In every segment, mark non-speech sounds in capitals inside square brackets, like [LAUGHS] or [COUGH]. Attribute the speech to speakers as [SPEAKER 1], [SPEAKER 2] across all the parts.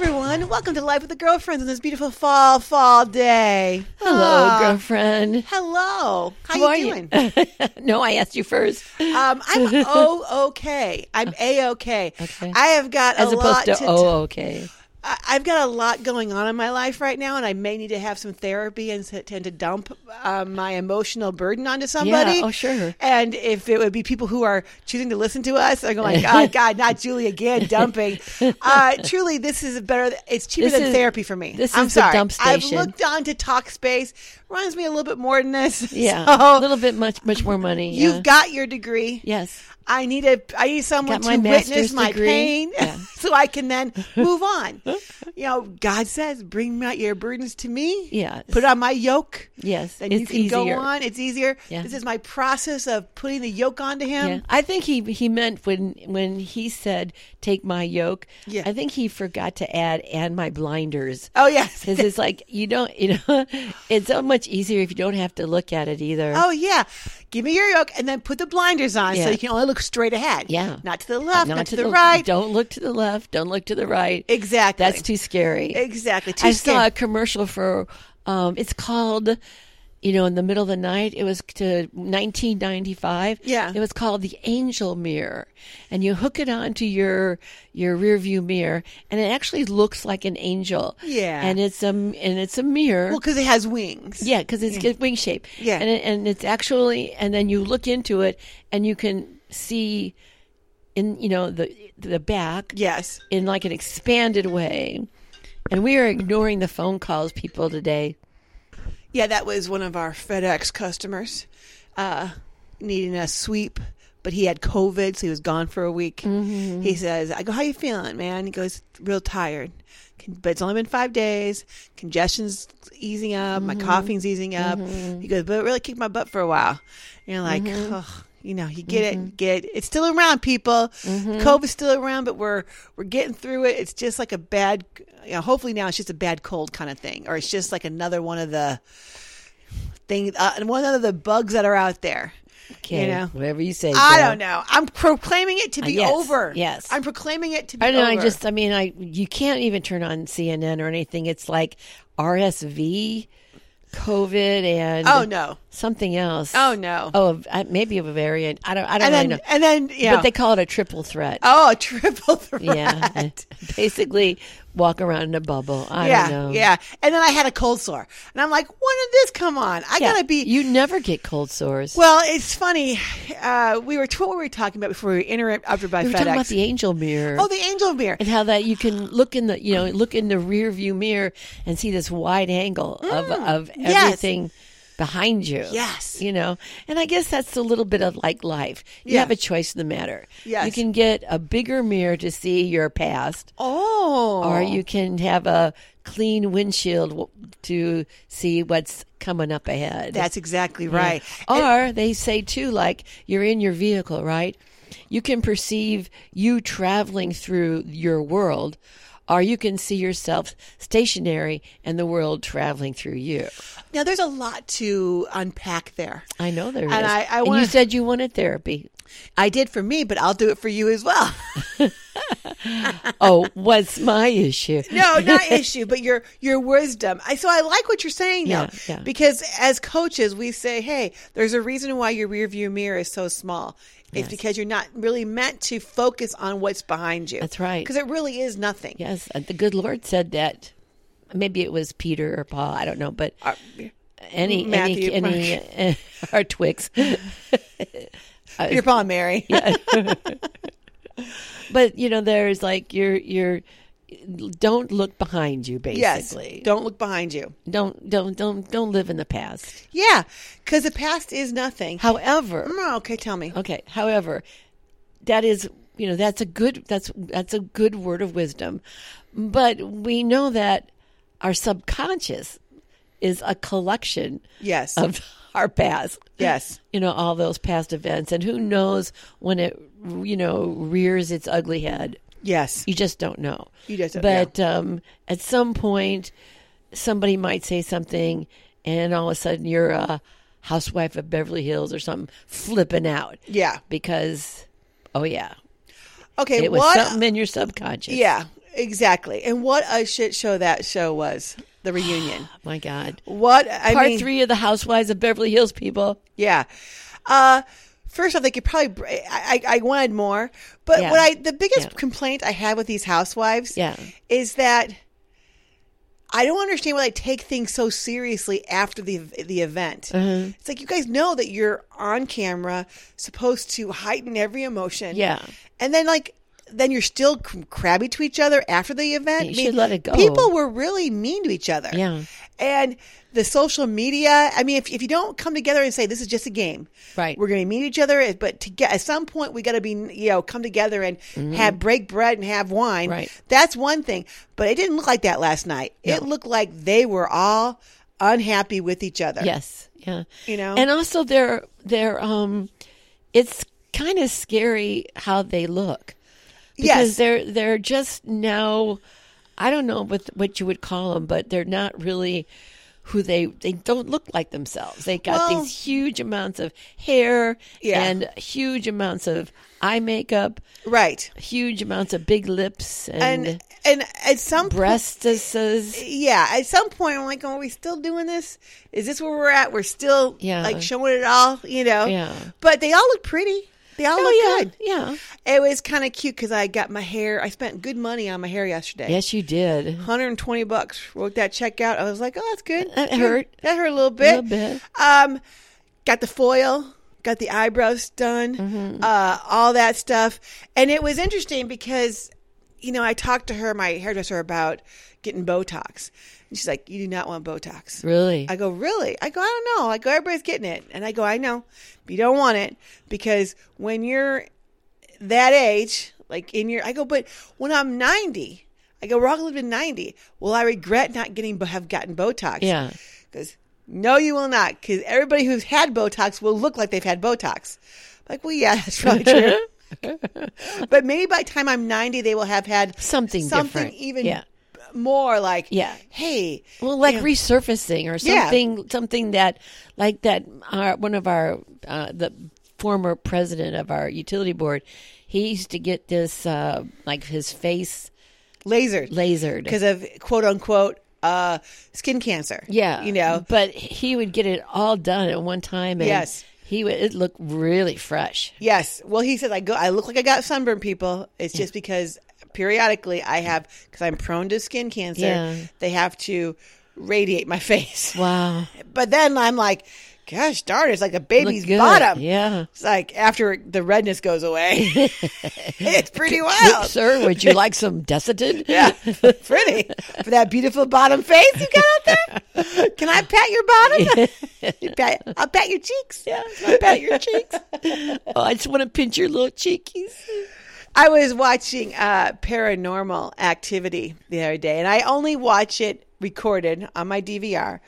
[SPEAKER 1] Welcome to Life with the Girlfriends on this beautiful fall, fall day.
[SPEAKER 2] Hello,
[SPEAKER 1] Ah,
[SPEAKER 2] girlfriend.
[SPEAKER 1] Hello. How,
[SPEAKER 2] How
[SPEAKER 1] you
[SPEAKER 2] are
[SPEAKER 1] doing?
[SPEAKER 2] [LAUGHS] no, I asked you first.
[SPEAKER 1] um,
[SPEAKER 2] [LAUGHS]
[SPEAKER 1] I'm oh okay. I'm a okay.
[SPEAKER 2] Okay.
[SPEAKER 1] I have got
[SPEAKER 2] As
[SPEAKER 1] a lot
[SPEAKER 2] opposed to,
[SPEAKER 1] to.
[SPEAKER 2] oh, okay.
[SPEAKER 1] I- I've got a lot going on in my life right now, and I may need to have some therapy and s- tend to dump um, my emotional burden onto somebody.
[SPEAKER 2] oh, sure.
[SPEAKER 1] And if it would be people who are choosing to listen to us, I'm
[SPEAKER 2] [LAUGHS]
[SPEAKER 1] going, God, God, not Julie again, dumping. Uh, truly, this is better. It's cheaper
[SPEAKER 2] This
[SPEAKER 1] than
[SPEAKER 2] is-
[SPEAKER 1] therapy for me.
[SPEAKER 2] this
[SPEAKER 1] I'm
[SPEAKER 2] is the
[SPEAKER 1] sorry.
[SPEAKER 2] dump station.
[SPEAKER 1] I've looked on to TalkSpace. Runs me a little bit more than this. [LAUGHS]
[SPEAKER 2] Yeah.
[SPEAKER 1] So
[SPEAKER 2] a little bit much, much more money.
[SPEAKER 1] you've
[SPEAKER 2] yeah.
[SPEAKER 1] got your degree.
[SPEAKER 2] Yes.
[SPEAKER 1] I need a I need someone
[SPEAKER 2] Got my
[SPEAKER 1] to witness
[SPEAKER 2] master's
[SPEAKER 1] my
[SPEAKER 2] degree.
[SPEAKER 1] pain [LAUGHS]
[SPEAKER 2] Yeah.
[SPEAKER 1] so I can then move on. you know, God says, Bring out your burdens to me.
[SPEAKER 2] Yes.
[SPEAKER 1] Put on my yoke.
[SPEAKER 2] Yes.
[SPEAKER 1] Then you
[SPEAKER 2] it's
[SPEAKER 1] can
[SPEAKER 2] easier.
[SPEAKER 1] go on. It's easier.
[SPEAKER 2] Yeah.
[SPEAKER 1] This is my process of putting the yoke onto
[SPEAKER 2] Yeah.
[SPEAKER 1] him.
[SPEAKER 2] I think he, he meant when when he said, take my yoke,
[SPEAKER 1] Yeah.
[SPEAKER 2] I think he forgot to add, and my blinders.
[SPEAKER 1] Oh [LAUGHS] yes.
[SPEAKER 2] Because it's like, you don't, you know, [LAUGHS] it's so much easier if you don't have to look at it either.
[SPEAKER 1] Oh yeah. Give me your yoke and then put the blinders on so
[SPEAKER 2] Yeah.
[SPEAKER 1] you can only look straight ahead.
[SPEAKER 2] Yeah.
[SPEAKER 1] Not to the left, not,
[SPEAKER 2] Not
[SPEAKER 1] to, the,
[SPEAKER 2] l-
[SPEAKER 1] right.
[SPEAKER 2] Don't look to the left. Don't look to the right.
[SPEAKER 1] Exactly.
[SPEAKER 2] That's too scary.
[SPEAKER 1] Exactly. Too
[SPEAKER 2] I
[SPEAKER 1] scary.
[SPEAKER 2] saw a commercial for um it's called you know in the middle of the night it was to 1995
[SPEAKER 1] Yeah.
[SPEAKER 2] it was called the angel mirror and you hook it onto your your rear view mirror and it actually looks like an angel
[SPEAKER 1] Yeah.
[SPEAKER 2] and it's a and it's a mirror
[SPEAKER 1] well, because it has wings.
[SPEAKER 2] yeah, because it's got wing shape.
[SPEAKER 1] Yeah.
[SPEAKER 2] and it, and it's actually, and then you look into it, and you can see, in you know the the back,
[SPEAKER 1] Yes.
[SPEAKER 2] in like an expanded way. And we are ignoring the phone calls, people today.
[SPEAKER 1] Yeah, that was one of our FedEx customers uh, needing a sweep, but he had COVID, so he was gone for a week. He says, "I go, how you feeling, man?" He goes, "Real tired, Can, but it's only been five days. Congestion's easing up. My coughing's easing up." He goes, "But it really kicked my butt for a while." And you're like, "Ugh." You know, you get it, get it. It's still around, people. COVID's still around, but we're we're getting through it. It's just like a bad. You know, hopefully now it's just a bad cold kind of thing, or it's just like another one of the thing, uh, and one of the bugs that are out there.
[SPEAKER 2] Okay,
[SPEAKER 1] You know,
[SPEAKER 2] whatever you say.
[SPEAKER 1] I
[SPEAKER 2] girl.
[SPEAKER 1] don't know. I'm proclaiming it to be
[SPEAKER 2] Uh, yes,
[SPEAKER 1] over.
[SPEAKER 2] yes.
[SPEAKER 1] I'm proclaiming it to be
[SPEAKER 2] I don't know.
[SPEAKER 1] over.
[SPEAKER 2] I just, I mean, I you can't even turn on CNN or anything. It's like RSV, COVID, and
[SPEAKER 1] oh no,
[SPEAKER 2] something else.
[SPEAKER 1] oh no,
[SPEAKER 2] oh, I- maybe of a variant. I don't, I don't
[SPEAKER 1] and
[SPEAKER 2] really
[SPEAKER 1] then
[SPEAKER 2] know.
[SPEAKER 1] and then yeah,
[SPEAKER 2] But they call it a triple threat.
[SPEAKER 1] oh a triple [LAUGHS] threat.
[SPEAKER 2] [LAUGHS] yeah, [LAUGHS] basically walk around in a bubble. I
[SPEAKER 1] yeah,
[SPEAKER 2] don't know.
[SPEAKER 1] yeah. And then I had a cold sore, and I'm like, when did this come on? I
[SPEAKER 2] Yeah.
[SPEAKER 1] gotta be.
[SPEAKER 2] You never get cold sores.
[SPEAKER 1] well, it's funny. Uh, we were what were we talking about before we were interrupted by
[SPEAKER 2] we were
[SPEAKER 1] FedEx?
[SPEAKER 2] talking about the angel mirror.
[SPEAKER 1] oh, the angel mirror.
[SPEAKER 2] and how that you can look in the you know look in the rear view mirror and see this wide angle of of
[SPEAKER 1] Mm, yes.
[SPEAKER 2] everything behind you.
[SPEAKER 1] Yes.
[SPEAKER 2] you know, and I guess that's a little bit of like life. You
[SPEAKER 1] Yeah.
[SPEAKER 2] have a choice in the matter.
[SPEAKER 1] Yes.
[SPEAKER 2] you can get a bigger mirror to see your past,
[SPEAKER 1] Oh,
[SPEAKER 2] or you can have a clean windshield w- to see what's coming up ahead.
[SPEAKER 1] That's exactly right.
[SPEAKER 2] Or they say too, like you're in your vehicle, right? You can perceive you traveling through your world, or you can see yourself stationary and the world traveling through you.
[SPEAKER 1] Now there's a lot to unpack there.
[SPEAKER 2] I know there is.
[SPEAKER 1] And I- I
[SPEAKER 2] and
[SPEAKER 1] wanna-
[SPEAKER 2] you said you wanted therapy.
[SPEAKER 1] I did for me, but I'll do it for you as well.
[SPEAKER 2] Oh, [LAUGHS] what's my issue?
[SPEAKER 1] [LAUGHS] no, [LAUGHS] not issue, but your your wisdom. I so I like what you're saying now
[SPEAKER 2] Yeah, yeah.
[SPEAKER 1] because as coaches we say, hey, there's a reason why your rear view mirror is so small. It's because you're not really meant to focus on what's behind you.
[SPEAKER 2] That's right.
[SPEAKER 1] Because it really is nothing.
[SPEAKER 2] Yes, uh, the good Lord said that. Maybe it was Peter or Paul. I don't know, but
[SPEAKER 1] Uh,
[SPEAKER 2] any
[SPEAKER 1] Matthew,
[SPEAKER 2] any any [LAUGHS] or Twix.
[SPEAKER 1] You're Paul and [LAUGHS] Mary.
[SPEAKER 2] But you know, there's like you're you're don't look behind you
[SPEAKER 1] yes.
[SPEAKER 2] basically.
[SPEAKER 1] Don't look behind you.
[SPEAKER 2] Don't don't don't don't live in the past.
[SPEAKER 1] Yeah. Because the past is nothing.
[SPEAKER 2] However,
[SPEAKER 1] Mm, okay, tell me.
[SPEAKER 2] okay, however, that is you know, that's a good that's that's a good word of wisdom. But we know that our subconscious is a collection
[SPEAKER 1] Yes.
[SPEAKER 2] of [LAUGHS] our past.
[SPEAKER 1] Yes.
[SPEAKER 2] You know, all those past events and who knows when it you know rears its ugly head.
[SPEAKER 1] [LAUGHS] Yes.
[SPEAKER 2] You just don't know.
[SPEAKER 1] You just don't
[SPEAKER 2] but um, at some point, somebody might say something, and all of a sudden you're a housewife of Beverly Hills or something, flipping out
[SPEAKER 1] Yeah.
[SPEAKER 2] because, oh yeah,
[SPEAKER 1] Okay.
[SPEAKER 2] it was
[SPEAKER 1] what
[SPEAKER 2] something in your subconscious.
[SPEAKER 1] Yeah. Exactly. And what a shit show that show was. The reunion.
[SPEAKER 2] My God.
[SPEAKER 1] What I
[SPEAKER 2] Part
[SPEAKER 1] mean,
[SPEAKER 2] three of the Housewives of Beverly Hills, people.
[SPEAKER 1] Yeah. Uh, first off, they could probably. br- I, I I wanted more, but
[SPEAKER 2] Yeah.
[SPEAKER 1] what I the biggest
[SPEAKER 2] Yeah.
[SPEAKER 1] complaint I had with these housewives,
[SPEAKER 2] Yeah.
[SPEAKER 1] is that I don't understand why they take things so seriously after the the event.
[SPEAKER 2] Uh-huh.
[SPEAKER 1] It's like you guys know that you're on camera, supposed to heighten every emotion,
[SPEAKER 2] Yeah.
[SPEAKER 1] and then like. Then you're still c- crabby to each other after the event.
[SPEAKER 2] You should let it go.
[SPEAKER 1] People were really mean to each other.
[SPEAKER 2] Yeah.
[SPEAKER 1] And the social media, I mean, if, if you don't come together and say, this is just a game,
[SPEAKER 2] Right.
[SPEAKER 1] We're going to meet each other, but to get, at some point, we got to be, you know, come together and have break bread and have wine.
[SPEAKER 2] Mm-hmm. Right.
[SPEAKER 1] That's one thing. But it didn't look like that last night. It looked like they were all unhappy with each other.
[SPEAKER 2] Yes. Yeah.
[SPEAKER 1] You know?
[SPEAKER 2] And also they're they're um it's kind of scary how they look. Because
[SPEAKER 1] Yes.
[SPEAKER 2] they're they're just now I don't know what what you would call them, but they're not really who they they don't look like themselves. They got
[SPEAKER 1] Well-
[SPEAKER 2] these huge amounts of hair
[SPEAKER 1] Yeah.
[SPEAKER 2] and huge amounts of eye makeup,
[SPEAKER 1] Right.
[SPEAKER 2] huge amounts of big lips and,
[SPEAKER 1] And, and at some point,
[SPEAKER 2] breastises.
[SPEAKER 1] yeah, at some point, I'm like, are we still doing this? Is this where we're at? We're still
[SPEAKER 2] Yeah.
[SPEAKER 1] like showing it all, you know?
[SPEAKER 2] Yeah.
[SPEAKER 1] But they all look pretty. They all look
[SPEAKER 2] Oh yeah,
[SPEAKER 1] good.
[SPEAKER 2] yeah.
[SPEAKER 1] It was kind of cute because I got my hair. I spent good money on my hair yesterday.
[SPEAKER 2] Yes, you did.
[SPEAKER 1] 120 bucks. Wrote that check out. I was like, oh, that's good.
[SPEAKER 2] That
[SPEAKER 1] Good.
[SPEAKER 2] hurt.
[SPEAKER 1] That hurt a little bit.
[SPEAKER 2] Little bit.
[SPEAKER 1] Um, got the foil. Got the eyebrows done.
[SPEAKER 2] Mm-hmm.
[SPEAKER 1] Uh, all that stuff. And it was interesting because, you know, I talked to her, my hairdresser, about getting Botox. And she's like, you do not want Botox.
[SPEAKER 2] Really?
[SPEAKER 1] I go, really? I go, I don't know. I go, everybody's getting it. And I go, I know. But you don't want it because when you're that age, like in your, I go, but when I'm 90, I go, we're all living 90. Will I regret not getting, but have gotten Botox?
[SPEAKER 2] Yeah.
[SPEAKER 1] Because no, you will not. Because everybody who's had Botox will look like they've had Botox. I'm like, well, yeah, [LAUGHS] that's probably true.
[SPEAKER 2] [LAUGHS]
[SPEAKER 1] but maybe by the time I'm 90, they will have had
[SPEAKER 2] Something
[SPEAKER 1] something
[SPEAKER 2] different.
[SPEAKER 1] even
[SPEAKER 2] Yeah.
[SPEAKER 1] more like,
[SPEAKER 2] Yeah.
[SPEAKER 1] hey,
[SPEAKER 2] Well, like
[SPEAKER 1] you know,
[SPEAKER 2] resurfacing or
[SPEAKER 1] Yeah.
[SPEAKER 2] something, something that, like that, our, one of our, uh, the former president of our utility board, he used to get this, uh, like his face
[SPEAKER 1] lasered.
[SPEAKER 2] lasered.
[SPEAKER 1] because of quote unquote uh, skin cancer.
[SPEAKER 2] yeah.
[SPEAKER 1] you know,
[SPEAKER 2] But he would get it all done at one time. And
[SPEAKER 1] Yes.
[SPEAKER 2] He would, it looked really fresh.
[SPEAKER 1] yes. Well, he says I go. I look like I got sunburn. People, it's just because periodically I have because I'm prone to skin cancer.
[SPEAKER 2] Yeah.
[SPEAKER 1] They have to radiate my [LAUGHS] face,
[SPEAKER 2] Wow.
[SPEAKER 1] but then I'm like, gosh darn, it's like a baby's
[SPEAKER 2] Looked good.
[SPEAKER 1] bottom.
[SPEAKER 2] Yeah.
[SPEAKER 1] It's like after the redness goes
[SPEAKER 2] [LAUGHS]
[SPEAKER 1] away, it's pretty
[SPEAKER 2] Look,
[SPEAKER 1] wild.
[SPEAKER 2] sir, would you like some desiccated?
[SPEAKER 1] [LAUGHS] Yeah, pretty for that beautiful bottom face you got out there.
[SPEAKER 2] [LAUGHS]
[SPEAKER 1] Can I pat your bottom? [LAUGHS] You pat, I'll pat your cheeks. Yeah, I'll pat your cheeks.
[SPEAKER 2] [LAUGHS] Oh, I just want to pinch your little cheekies.
[SPEAKER 1] I was watching uh, Paranormal Activity the other day, and I only watch it recorded on my DVR.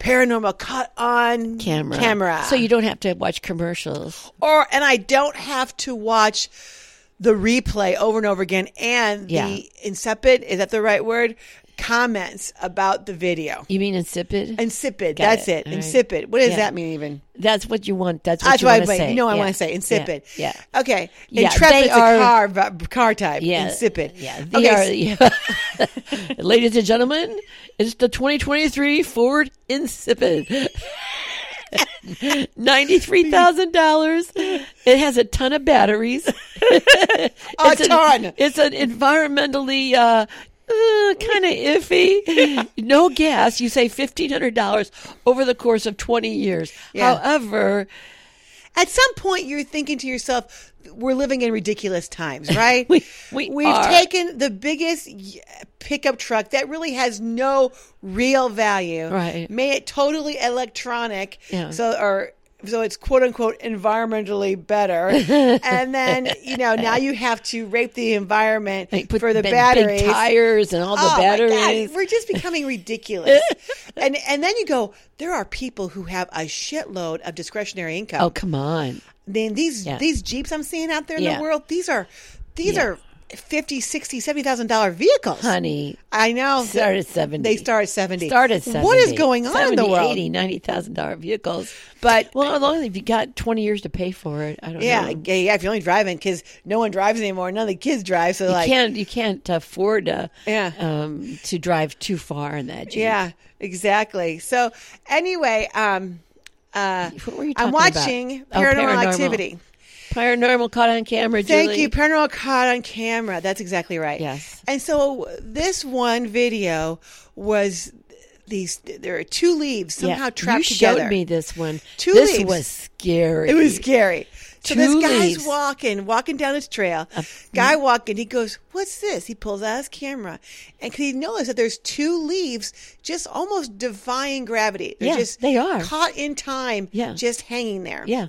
[SPEAKER 1] Paranormal caught on
[SPEAKER 2] Camera.
[SPEAKER 1] camera.
[SPEAKER 2] So you don't have to watch commercials.
[SPEAKER 1] or and I don't have to watch the replay over and over again and
[SPEAKER 2] Yeah.
[SPEAKER 1] the insipid is that the right word comments about the video.
[SPEAKER 2] You mean insipid?
[SPEAKER 1] Insipid.
[SPEAKER 2] Got
[SPEAKER 1] that's
[SPEAKER 2] it.
[SPEAKER 1] it.
[SPEAKER 2] All right.
[SPEAKER 1] Insipid. What does
[SPEAKER 2] Yeah.
[SPEAKER 1] that mean even?
[SPEAKER 2] That's what you want. That's what
[SPEAKER 1] That's
[SPEAKER 2] you
[SPEAKER 1] why
[SPEAKER 2] want
[SPEAKER 1] I
[SPEAKER 2] to
[SPEAKER 1] wait.
[SPEAKER 2] say.
[SPEAKER 1] You know what
[SPEAKER 2] yeah.
[SPEAKER 1] I want to say. Insipid.
[SPEAKER 2] Yeah.
[SPEAKER 1] Okay.
[SPEAKER 2] Yeah,
[SPEAKER 1] Intrepid's
[SPEAKER 2] they are-
[SPEAKER 1] a car v- car type.
[SPEAKER 2] Yeah.
[SPEAKER 1] Insipid.
[SPEAKER 2] Yeah. They
[SPEAKER 1] Okay.
[SPEAKER 2] are- [LAUGHS] yeah. Ladies and gentlemen, it's the 2023 Ford Insipid. [LAUGHS] $93,000. It has a ton
[SPEAKER 1] [LAUGHS]
[SPEAKER 2] of batteries.
[SPEAKER 1] A
[SPEAKER 2] an-
[SPEAKER 1] ton.
[SPEAKER 2] it's an environmentally uh, uh, kind of iffy. no gas. You say $1,500 over the course of 20 years.
[SPEAKER 1] Yeah.
[SPEAKER 2] However,
[SPEAKER 1] At some point, you're thinking to yourself, "We're living in ridiculous
[SPEAKER 2] [LAUGHS]
[SPEAKER 1] times, right?
[SPEAKER 2] We- we
[SPEAKER 1] we've
[SPEAKER 2] are.
[SPEAKER 1] taken the biggest y- pickup truck that really has no real value,
[SPEAKER 2] Right.
[SPEAKER 1] Made it totally electronic,
[SPEAKER 2] Yeah.
[SPEAKER 1] so or so it's quote unquote environmentally
[SPEAKER 2] [LAUGHS]
[SPEAKER 1] better, and then you know now you have to rape the environment
[SPEAKER 2] They put
[SPEAKER 1] for the
[SPEAKER 2] big-
[SPEAKER 1] batteries.
[SPEAKER 2] big tires and all the
[SPEAKER 1] Oh, my God,
[SPEAKER 2] batteries.
[SPEAKER 1] We're just becoming
[SPEAKER 2] [LAUGHS]
[SPEAKER 1] ridiculous. and and then you go, there are people who have a shitload of discretionary income
[SPEAKER 2] Oh come on!
[SPEAKER 1] then these
[SPEAKER 2] Yeah.
[SPEAKER 1] these jeeps I'm seeing out there in
[SPEAKER 2] Yeah.
[SPEAKER 1] the world, these are these
[SPEAKER 2] Yeah.
[SPEAKER 1] are fifty, sixty, seventy thousand dollar vehicles.
[SPEAKER 2] honey.
[SPEAKER 1] I know.
[SPEAKER 2] Start at 70.
[SPEAKER 1] They start at seventy.
[SPEAKER 2] Start at 70.
[SPEAKER 1] What is going on in the
[SPEAKER 2] 70,
[SPEAKER 1] world?
[SPEAKER 2] 80, 90,000 dollar vehicles.
[SPEAKER 1] But
[SPEAKER 2] Well, as long as if you got 20 years to pay for it, I don't
[SPEAKER 1] yeah,
[SPEAKER 2] know.
[SPEAKER 1] yeah, yeah, if you're only driving because no one drives anymore, none of the kids drive. So
[SPEAKER 2] You
[SPEAKER 1] like,
[SPEAKER 2] can't you can't afford to
[SPEAKER 1] Yeah.
[SPEAKER 2] um, to drive too far in that. Jeep.
[SPEAKER 1] yeah, exactly. So anyway, um, uh,
[SPEAKER 2] What were you
[SPEAKER 1] I'm
[SPEAKER 2] talking about?
[SPEAKER 1] watching
[SPEAKER 2] Oh,
[SPEAKER 1] Paranormal,
[SPEAKER 2] Paranormal.
[SPEAKER 1] Activity.
[SPEAKER 2] Paranormal caught on camera.
[SPEAKER 1] Thank
[SPEAKER 2] Julie.
[SPEAKER 1] you, Paranormal Caught on Camera. That's exactly right.
[SPEAKER 2] Yes.
[SPEAKER 1] And so this one video was these. There are two leaves somehow
[SPEAKER 2] Yeah,
[SPEAKER 1] trapped
[SPEAKER 2] you
[SPEAKER 1] together.
[SPEAKER 2] showed me this one.
[SPEAKER 1] Two
[SPEAKER 2] this
[SPEAKER 1] leaves.
[SPEAKER 2] was scary.
[SPEAKER 1] It was scary. So
[SPEAKER 2] Two
[SPEAKER 1] this guy's
[SPEAKER 2] leaves.
[SPEAKER 1] walking, walking down his trail. Guy walking, he goes, "What's this?" He pulls out his camera, and 'cause he noticed that there's two leaves just almost defying gravity. They're
[SPEAKER 2] Yeah,
[SPEAKER 1] just
[SPEAKER 2] they are.
[SPEAKER 1] caught in time,
[SPEAKER 2] Yeah.
[SPEAKER 1] just hanging there.
[SPEAKER 2] Yeah.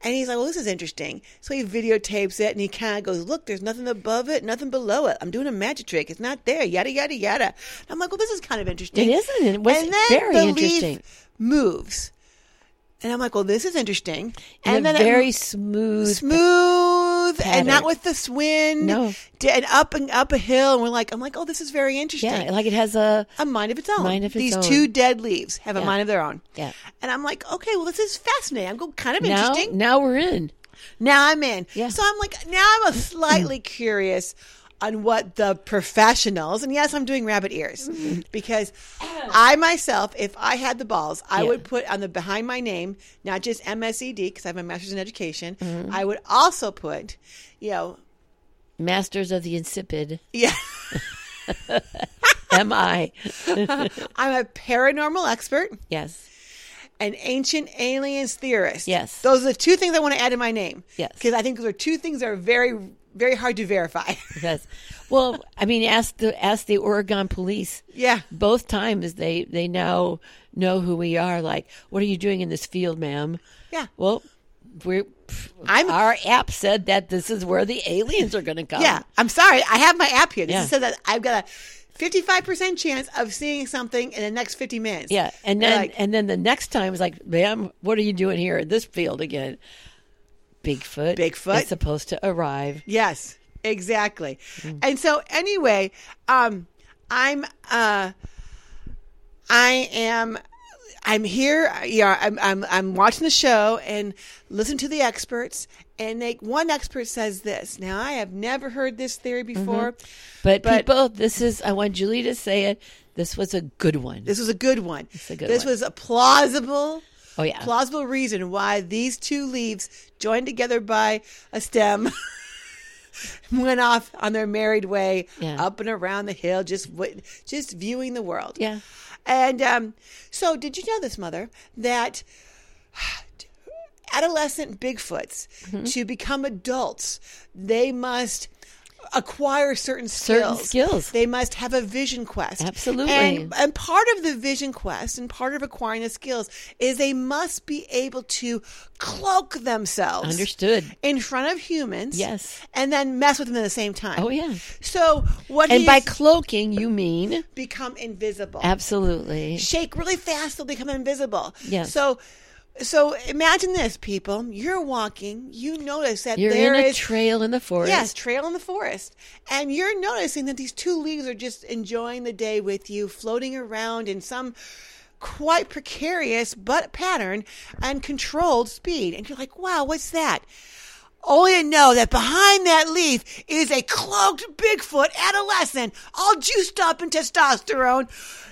[SPEAKER 1] And he's like, "Well, this is interesting." So he videotapes it, and he kind of goes, "Look, there's nothing above it, nothing below it. I'm doing a magic trick. It's not there. Yada yada yada." And I'm like, "Well, this is kind of interesting,
[SPEAKER 2] It isn't. It was
[SPEAKER 1] and then
[SPEAKER 2] very
[SPEAKER 1] the
[SPEAKER 2] interesting.
[SPEAKER 1] leaf moves. And I'm like, well, this is interesting.
[SPEAKER 2] and,
[SPEAKER 1] then
[SPEAKER 2] a
[SPEAKER 1] it
[SPEAKER 2] very smooth.
[SPEAKER 1] smooth and not
[SPEAKER 2] pattern.
[SPEAKER 1] with this wind.
[SPEAKER 2] No.
[SPEAKER 1] D- And up and up a hill. And we're like, I'm like, oh, this is very interesting.
[SPEAKER 2] Yeah, like it has a.
[SPEAKER 1] a mind of its own.
[SPEAKER 2] Mind of its
[SPEAKER 1] These
[SPEAKER 2] own.
[SPEAKER 1] two dead leaves have a
[SPEAKER 2] Yeah.
[SPEAKER 1] mind of their own.
[SPEAKER 2] Yeah.
[SPEAKER 1] And I'm like, okay, well, this is fascinating. I'm go- kind of
[SPEAKER 2] Now,
[SPEAKER 1] Oh, interesting.
[SPEAKER 2] now we're in.
[SPEAKER 1] Now I'm in.
[SPEAKER 2] Yeah.
[SPEAKER 1] So I'm like, now I'm a
[SPEAKER 2] [CLEARS THROAT]
[SPEAKER 1] slightly curious on what the professionals, and yes, I'm doing rabbit ears
[SPEAKER 2] Mm-hmm.
[SPEAKER 1] because I myself, if I had the balls, I
[SPEAKER 2] Oh. Yeah.
[SPEAKER 1] would put on the behind my name, not just MSED, because I have a master's in education.
[SPEAKER 2] Mm-hmm.
[SPEAKER 1] I would also put, you know, [LAUGHS]
[SPEAKER 2] Masters of the Insipid.
[SPEAKER 1] yeah,
[SPEAKER 2] Am I?
[SPEAKER 1] I'm a paranormal expert,
[SPEAKER 2] Yes.
[SPEAKER 1] an ancient aliens theorist.
[SPEAKER 2] Yes.
[SPEAKER 1] Those are the two things I want to add in my name.
[SPEAKER 2] Yes.
[SPEAKER 1] Because I think those are two things that are very, very hard to verify. [LAUGHS]
[SPEAKER 2] Yes. Well, I mean, ask the ask the Oregon police.
[SPEAKER 1] yeah.
[SPEAKER 2] Both times they they now know who we are. Like, what are you doing in this field, ma'am?
[SPEAKER 1] Yeah.
[SPEAKER 2] Well, we're.
[SPEAKER 1] I'm-
[SPEAKER 2] our app said that this is where the aliens are going to come.
[SPEAKER 1] Yeah, I'm sorry. I have my app here. This
[SPEAKER 2] Um, Yeah.
[SPEAKER 1] says that I've got a 55% chance of seeing something in the next 50 minutes.
[SPEAKER 2] Yeah, and then
[SPEAKER 1] Like-
[SPEAKER 2] and then the next time it's like, ma'am, what are you doing here in this field again? Bigfoot.
[SPEAKER 1] Bigfoot.
[SPEAKER 2] is supposed to arrive.
[SPEAKER 1] Yes, exactly.
[SPEAKER 2] Mm.
[SPEAKER 1] And so anyway, um, I'm uh, I am I'm here. Yeah, I'm I'm I'm watching the show and listen to the experts. And they, one expert says this. Now I have never heard this theory
[SPEAKER 2] Mm-hmm.
[SPEAKER 1] before.
[SPEAKER 2] But,
[SPEAKER 1] But-
[SPEAKER 2] people, this is I want Julie to say it. This was a good one.
[SPEAKER 1] This was a good one.
[SPEAKER 2] a good
[SPEAKER 1] this
[SPEAKER 2] one.
[SPEAKER 1] was a plausible.
[SPEAKER 2] Oh, yeah.
[SPEAKER 1] Plausible reason why these two leaves, joined together by a stem, [LAUGHS] went off on their married way
[SPEAKER 2] Yeah.
[SPEAKER 1] up and around the hill, just wi- just viewing the world.
[SPEAKER 2] yeah.
[SPEAKER 1] And um, so, did you know this, mother, that adolescent Bigfoots
[SPEAKER 2] Mm-hmm.
[SPEAKER 1] to become adults, they must acquire certain
[SPEAKER 2] Certain
[SPEAKER 1] skills.
[SPEAKER 2] skills.
[SPEAKER 1] They must have a vision quest.
[SPEAKER 2] Absolutely.
[SPEAKER 1] And, and part of the vision quest and part of acquiring the skills is they must be able to cloak themselves.
[SPEAKER 2] Understood.
[SPEAKER 1] In front of humans.
[SPEAKER 2] Yes.
[SPEAKER 1] And then mess with them at the same time.
[SPEAKER 2] Oh, yeah.
[SPEAKER 1] So what
[SPEAKER 2] And
[SPEAKER 1] he
[SPEAKER 2] by
[SPEAKER 1] is-
[SPEAKER 2] cloaking, you mean
[SPEAKER 1] become invisible
[SPEAKER 2] absolutely.
[SPEAKER 1] shake really fast they'll become invisible
[SPEAKER 2] Yes.
[SPEAKER 1] so so imagine this people you're walking you notice that
[SPEAKER 2] You're
[SPEAKER 1] there
[SPEAKER 2] in a
[SPEAKER 1] is
[SPEAKER 2] trail in the forest.
[SPEAKER 1] yes trail in the forest and you're noticing that these two leaves are just enjoying the day with you floating around in some quite precarious but pattern and controlled speed and you're like wow what's that only to know that behind that leaf is a cloaked Bigfoot adolescent, all juiced up in testosterone,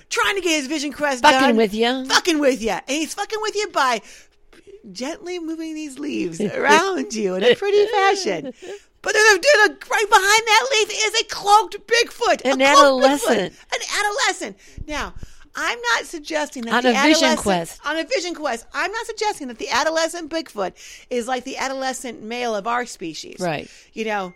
[SPEAKER 1] trying to get his vision quest
[SPEAKER 2] Fucking
[SPEAKER 1] done.
[SPEAKER 2] with ya.
[SPEAKER 1] Fucking with ya. And he's fucking with you by gently moving these leaves around you in a pretty fashion. But there's a, there's a- right behind that leaf is a cloaked Bigfoot.
[SPEAKER 2] An
[SPEAKER 1] a cloaked
[SPEAKER 2] adolescent.
[SPEAKER 1] Bigfoot, an adolescent. Now, I'm not suggesting that
[SPEAKER 2] On
[SPEAKER 1] the
[SPEAKER 2] a vision
[SPEAKER 1] adolescent-
[SPEAKER 2] quest.
[SPEAKER 1] on a vision quest. I'm not suggesting that the adolescent Bigfoot is like the adolescent male of our species.
[SPEAKER 2] Right.
[SPEAKER 1] You know,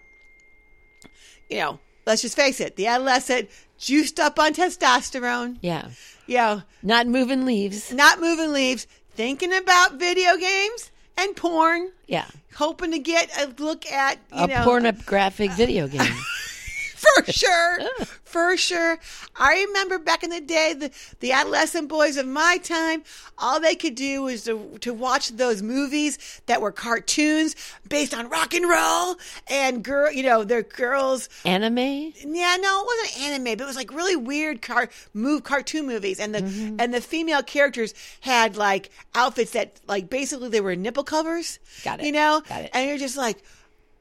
[SPEAKER 1] you know, let's just face it. The adolescent juiced up on testosterone,
[SPEAKER 2] Yeah.
[SPEAKER 1] you know,
[SPEAKER 2] Not moving leaves.
[SPEAKER 1] not moving leaves, thinking about video games and porn,
[SPEAKER 2] Yeah.
[SPEAKER 1] hoping to get a look at, you [LAUGHS]
[SPEAKER 2] a
[SPEAKER 1] know, uh, [LAUGHS]
[SPEAKER 2] pornographic video game.
[SPEAKER 1] for for sure. For sure. I remember back in the day, the, the adolescent boys of my time, all they could do was to, to watch those movies that were cartoons based on rock and roll and girl, you know, their girls.
[SPEAKER 2] Anime?
[SPEAKER 1] Yeah, no, it wasn't anime, but it was like really weird car move cartoon movies, and the
[SPEAKER 2] Mm-hmm.
[SPEAKER 1] and the female characters had like outfits that like basically they were nipple covers.
[SPEAKER 2] Got it.
[SPEAKER 1] You know,
[SPEAKER 2] Got it.
[SPEAKER 1] and you're just like,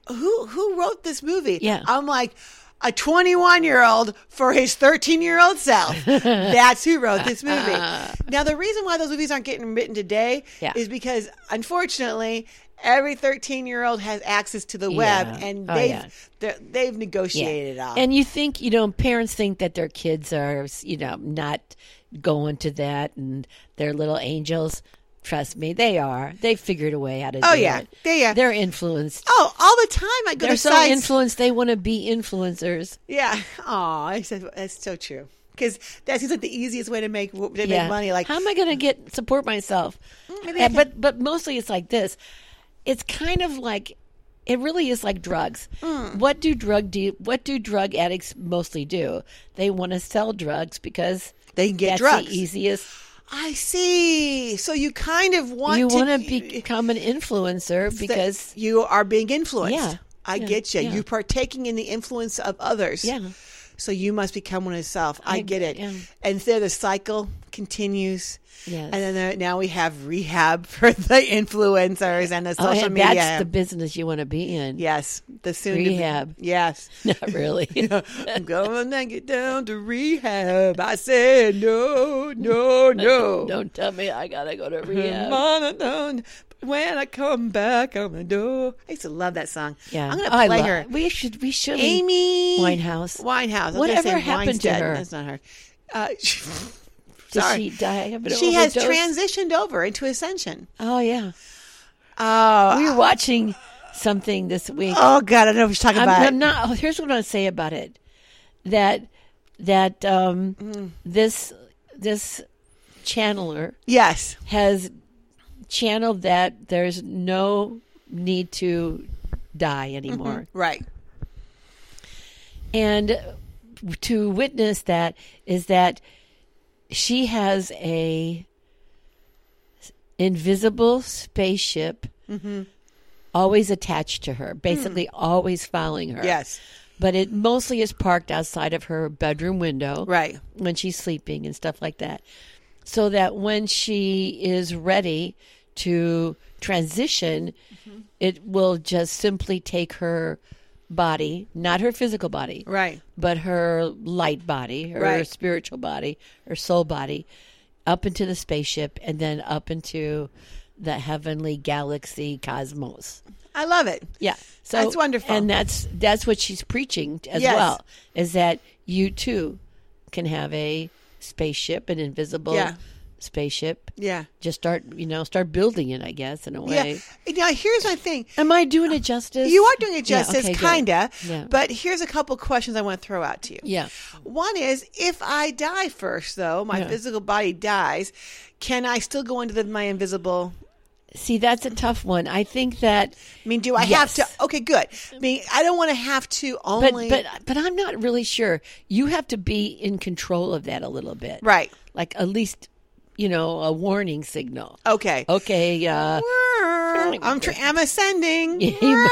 [SPEAKER 1] who who wrote this movie?
[SPEAKER 2] Yeah.
[SPEAKER 1] I'm like. A 21 year old for his 13 year old
[SPEAKER 2] [LAUGHS]
[SPEAKER 1] self. That's who wrote this movie. now, the reason why those movies aren't getting written today
[SPEAKER 2] Yeah.
[SPEAKER 1] is because, unfortunately, every 13 year old has access to the web
[SPEAKER 2] Yeah.
[SPEAKER 1] and
[SPEAKER 2] Oh,
[SPEAKER 1] they've,
[SPEAKER 2] yeah.
[SPEAKER 1] they're- they've negotiated it off.
[SPEAKER 2] And you think, you know, parents think that their kids are, you know, not going to that and they're little angels. Trust me, they are. They figured a way how to
[SPEAKER 1] Oh,
[SPEAKER 2] do
[SPEAKER 1] yeah.
[SPEAKER 2] it.
[SPEAKER 1] They are.
[SPEAKER 2] They're influenced.
[SPEAKER 1] Oh, all the time I go
[SPEAKER 2] They're
[SPEAKER 1] to
[SPEAKER 2] so
[SPEAKER 1] sites.
[SPEAKER 2] influenced they want to be influencers.
[SPEAKER 1] yeah. Oh, that's so true. Because that seems like the easiest way to make to make
[SPEAKER 2] yeah.
[SPEAKER 1] money. Like, mm.
[SPEAKER 2] how am I going to get support myself?
[SPEAKER 1] maybe I
[SPEAKER 2] Yeah,
[SPEAKER 1] can-
[SPEAKER 2] but but mostly it's like this. It's kind of like it really is like drugs.
[SPEAKER 1] Mm.
[SPEAKER 2] What do drug de- what do drug addicts mostly do? They want to sell drugs because
[SPEAKER 1] They can get
[SPEAKER 2] that's
[SPEAKER 1] drugs.
[SPEAKER 2] the easiest.
[SPEAKER 1] I see. So you kind of want
[SPEAKER 2] you
[SPEAKER 1] to
[SPEAKER 2] want to become an influencer
[SPEAKER 1] that
[SPEAKER 2] because
[SPEAKER 1] you are being influenced.
[SPEAKER 2] Yeah.
[SPEAKER 1] I
[SPEAKER 2] Yeah.
[SPEAKER 1] get you.
[SPEAKER 2] Yeah.
[SPEAKER 1] You're partaking in the influence of others.
[SPEAKER 2] Yeah.
[SPEAKER 1] So you must become one yourself. I,
[SPEAKER 2] I-
[SPEAKER 1] get it.
[SPEAKER 2] yeah.
[SPEAKER 1] And so the cycle continues.
[SPEAKER 2] Yes.
[SPEAKER 1] And then there, now we have rehab [LAUGHS] for the influencers and the
[SPEAKER 2] Oh,
[SPEAKER 1] social
[SPEAKER 2] and
[SPEAKER 1] media.
[SPEAKER 2] [LAUGHS] that's the business you want to be in.
[SPEAKER 1] yes. The soon to be-
[SPEAKER 2] Rehab.
[SPEAKER 1] yes.
[SPEAKER 2] [LAUGHS]
[SPEAKER 1] [LAUGHS]
[SPEAKER 2] Not really.
[SPEAKER 1] I'm going to get down to rehab. I said no, no, no.
[SPEAKER 2] [LAUGHS] [LAUGHS] Don't tell me I gotta go to rehab.
[SPEAKER 1] Mama, don't- When I come back on the door. I used to love that song.
[SPEAKER 2] Yeah,
[SPEAKER 1] I'm gonna
[SPEAKER 2] Oh, I
[SPEAKER 1] play
[SPEAKER 2] love-
[SPEAKER 1] her.
[SPEAKER 2] We should. We should.
[SPEAKER 1] Amy
[SPEAKER 2] Winehouse.
[SPEAKER 1] Winehouse. I was gonna
[SPEAKER 2] Whatever
[SPEAKER 1] say
[SPEAKER 2] happened to
[SPEAKER 1] Weinstein.
[SPEAKER 2] her?
[SPEAKER 1] That's not her. Uh, [LAUGHS] she
[SPEAKER 2] Did
[SPEAKER 1] sorry.
[SPEAKER 2] she die? of an
[SPEAKER 1] she has
[SPEAKER 2] overdose?
[SPEAKER 1] transitioned over into Ascension.
[SPEAKER 2] Oh yeah.
[SPEAKER 1] Oh,
[SPEAKER 2] We were watching something this week.
[SPEAKER 1] oh God! I don't know what you're talking
[SPEAKER 2] I'm,
[SPEAKER 1] about.
[SPEAKER 2] I'm not. oh, Here's what I want to say about it. That that um, this this channeler
[SPEAKER 1] yes.
[SPEAKER 2] has channeled that there's no need to die anymore,
[SPEAKER 1] Right.
[SPEAKER 2] and to witness that is that she has a invisible spaceship.
[SPEAKER 1] Mm-hmm.
[SPEAKER 2] Always attached to her, basically always following her.
[SPEAKER 1] Hmm. Yes.
[SPEAKER 2] but it mostly is parked outside of her bedroom window
[SPEAKER 1] Right.
[SPEAKER 2] when she's sleeping and stuff like that so that when she is ready to transition
[SPEAKER 1] Mm-hmm.
[SPEAKER 2] it will just simply take her body not her physical body
[SPEAKER 1] Right.
[SPEAKER 2] but her light body her
[SPEAKER 1] Right.
[SPEAKER 2] spiritual body her soul body up into the spaceship and then up into the heavenly galaxy cosmos
[SPEAKER 1] I love it.
[SPEAKER 2] yeah, so
[SPEAKER 1] That's wonderful.
[SPEAKER 2] and that's that's what she's preaching as
[SPEAKER 1] Yes.
[SPEAKER 2] well. Is that you too can have a spaceship, an invisible
[SPEAKER 1] Yeah.
[SPEAKER 2] spaceship.
[SPEAKER 1] Yeah.
[SPEAKER 2] Just start, you know, start building it. I guess in a way.
[SPEAKER 1] Yeah. Now here's my thing.
[SPEAKER 2] Am I doing it justice?
[SPEAKER 1] You are doing it
[SPEAKER 2] Yeah,
[SPEAKER 1] justice,
[SPEAKER 2] okay, good.
[SPEAKER 1] kinda.
[SPEAKER 2] Yeah.
[SPEAKER 1] But here's a couple questions I want to throw out to you.
[SPEAKER 2] Yeah.
[SPEAKER 1] One is if I die first, though, my
[SPEAKER 2] Yeah.
[SPEAKER 1] physical body dies, can I still go into the, my invisible?
[SPEAKER 2] See, that's a tough one. I think that,
[SPEAKER 1] I mean, do I have
[SPEAKER 2] Yes.
[SPEAKER 1] to? Okay, good. I mean, I don't want to have to
[SPEAKER 2] but
[SPEAKER 1] only.
[SPEAKER 2] but but I'm not really sure. You have to be in control of that a little bit,
[SPEAKER 1] right.
[SPEAKER 2] Like at least, you know, a warning signal.
[SPEAKER 1] Okay.
[SPEAKER 2] Okay. Uh,
[SPEAKER 1] I'm tr- I'm ascending.
[SPEAKER 2] Yeah, you-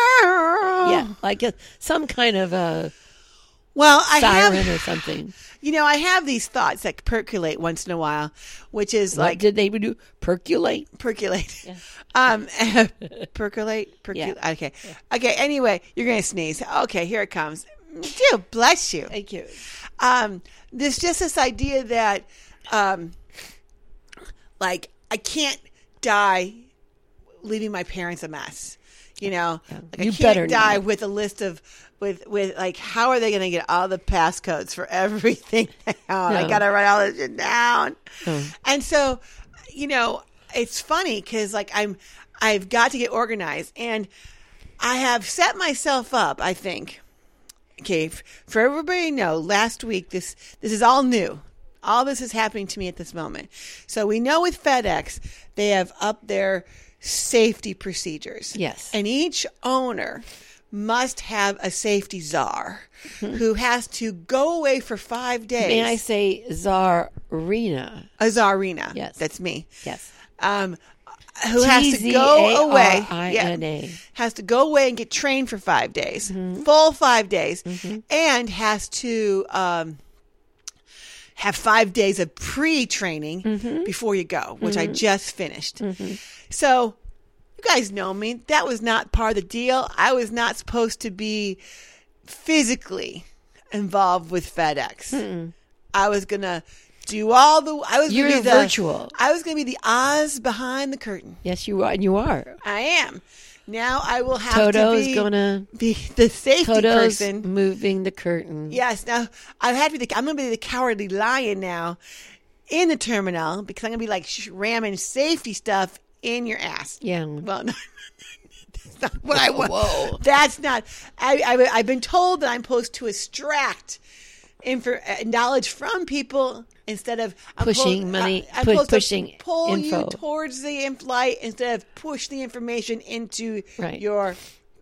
[SPEAKER 2] yeah, like a, some kind of a
[SPEAKER 1] Well, I
[SPEAKER 2] siren
[SPEAKER 1] have
[SPEAKER 2] or something.
[SPEAKER 1] you know I have these thoughts that percolate once in a while, which is [LAUGHS]
[SPEAKER 2] Like,
[SPEAKER 1] like
[SPEAKER 2] did they do percolate?
[SPEAKER 1] percolate. [LAUGHS] Um, percolate, percolate. Okay, okay. Anyway, you're gonna sneeze. Okay, here it comes. Dude, bless you.
[SPEAKER 2] Thank you.
[SPEAKER 1] Um, there's just this idea that, um, like, I can't die leaving my parents a mess. You know, like I
[SPEAKER 2] You better
[SPEAKER 1] can't die
[SPEAKER 2] not.
[SPEAKER 1] with a list of with with like how are they going to get all the passcodes for everything [LAUGHS] now? I
[SPEAKER 2] No.
[SPEAKER 1] got to write all this shit down.
[SPEAKER 2] No.
[SPEAKER 1] And so, you know, it's funny because like I'm, I've got to get organized, and I have set myself up. I think, okay, f- for everybody to know, last week this this is all new. All this is happening to me at this moment. So we know with FedEx they have up their safety procedures.
[SPEAKER 2] Yes.
[SPEAKER 1] and each owner must have a safety czar who has to go away for five days.
[SPEAKER 2] Mm-hmm. May I say Tsarina?
[SPEAKER 1] a czarina.
[SPEAKER 2] Yes.
[SPEAKER 1] that's me.
[SPEAKER 2] Yes.
[SPEAKER 1] Um, who has to go away?
[SPEAKER 2] T-Z-A-R-I-N-A.
[SPEAKER 1] has to go away and get trained for five days, full five days, and has to um, have five days of pre training before you go, which I just finished. So, you guys know me. That was not part of the deal. I was not supposed to be physically involved with FedEx. I was going to. Do all the I was
[SPEAKER 2] You're
[SPEAKER 1] gonna be the,
[SPEAKER 2] virtual.
[SPEAKER 1] I was gonna be the Oz behind the curtain.
[SPEAKER 2] Yes, you are. And you are.
[SPEAKER 1] I am. Now I will have
[SPEAKER 2] Toto
[SPEAKER 1] to
[SPEAKER 2] is
[SPEAKER 1] be,
[SPEAKER 2] gonna.
[SPEAKER 1] be the safety
[SPEAKER 2] Toto's
[SPEAKER 1] person.
[SPEAKER 2] moving the curtain.
[SPEAKER 1] Yes. Now I had to be the. I'm going to be the cowardly lion now in the terminal because I'm going to be like sh- ramming safety stuff in your ass.
[SPEAKER 2] Yeah.
[SPEAKER 1] Well, [LAUGHS] no, that's not what I want. Whoa. That's not. I, I I've been told that I'm supposed to extract infor, uh, knowledge from people instead of I'm
[SPEAKER 2] Pushing
[SPEAKER 1] supposed-
[SPEAKER 2] money-
[SPEAKER 1] I'm
[SPEAKER 2] pu-
[SPEAKER 1] supposed to
[SPEAKER 2] pushing
[SPEAKER 1] pull you
[SPEAKER 2] info.
[SPEAKER 1] towards the in flight instead of push the information into
[SPEAKER 2] Right.
[SPEAKER 1] your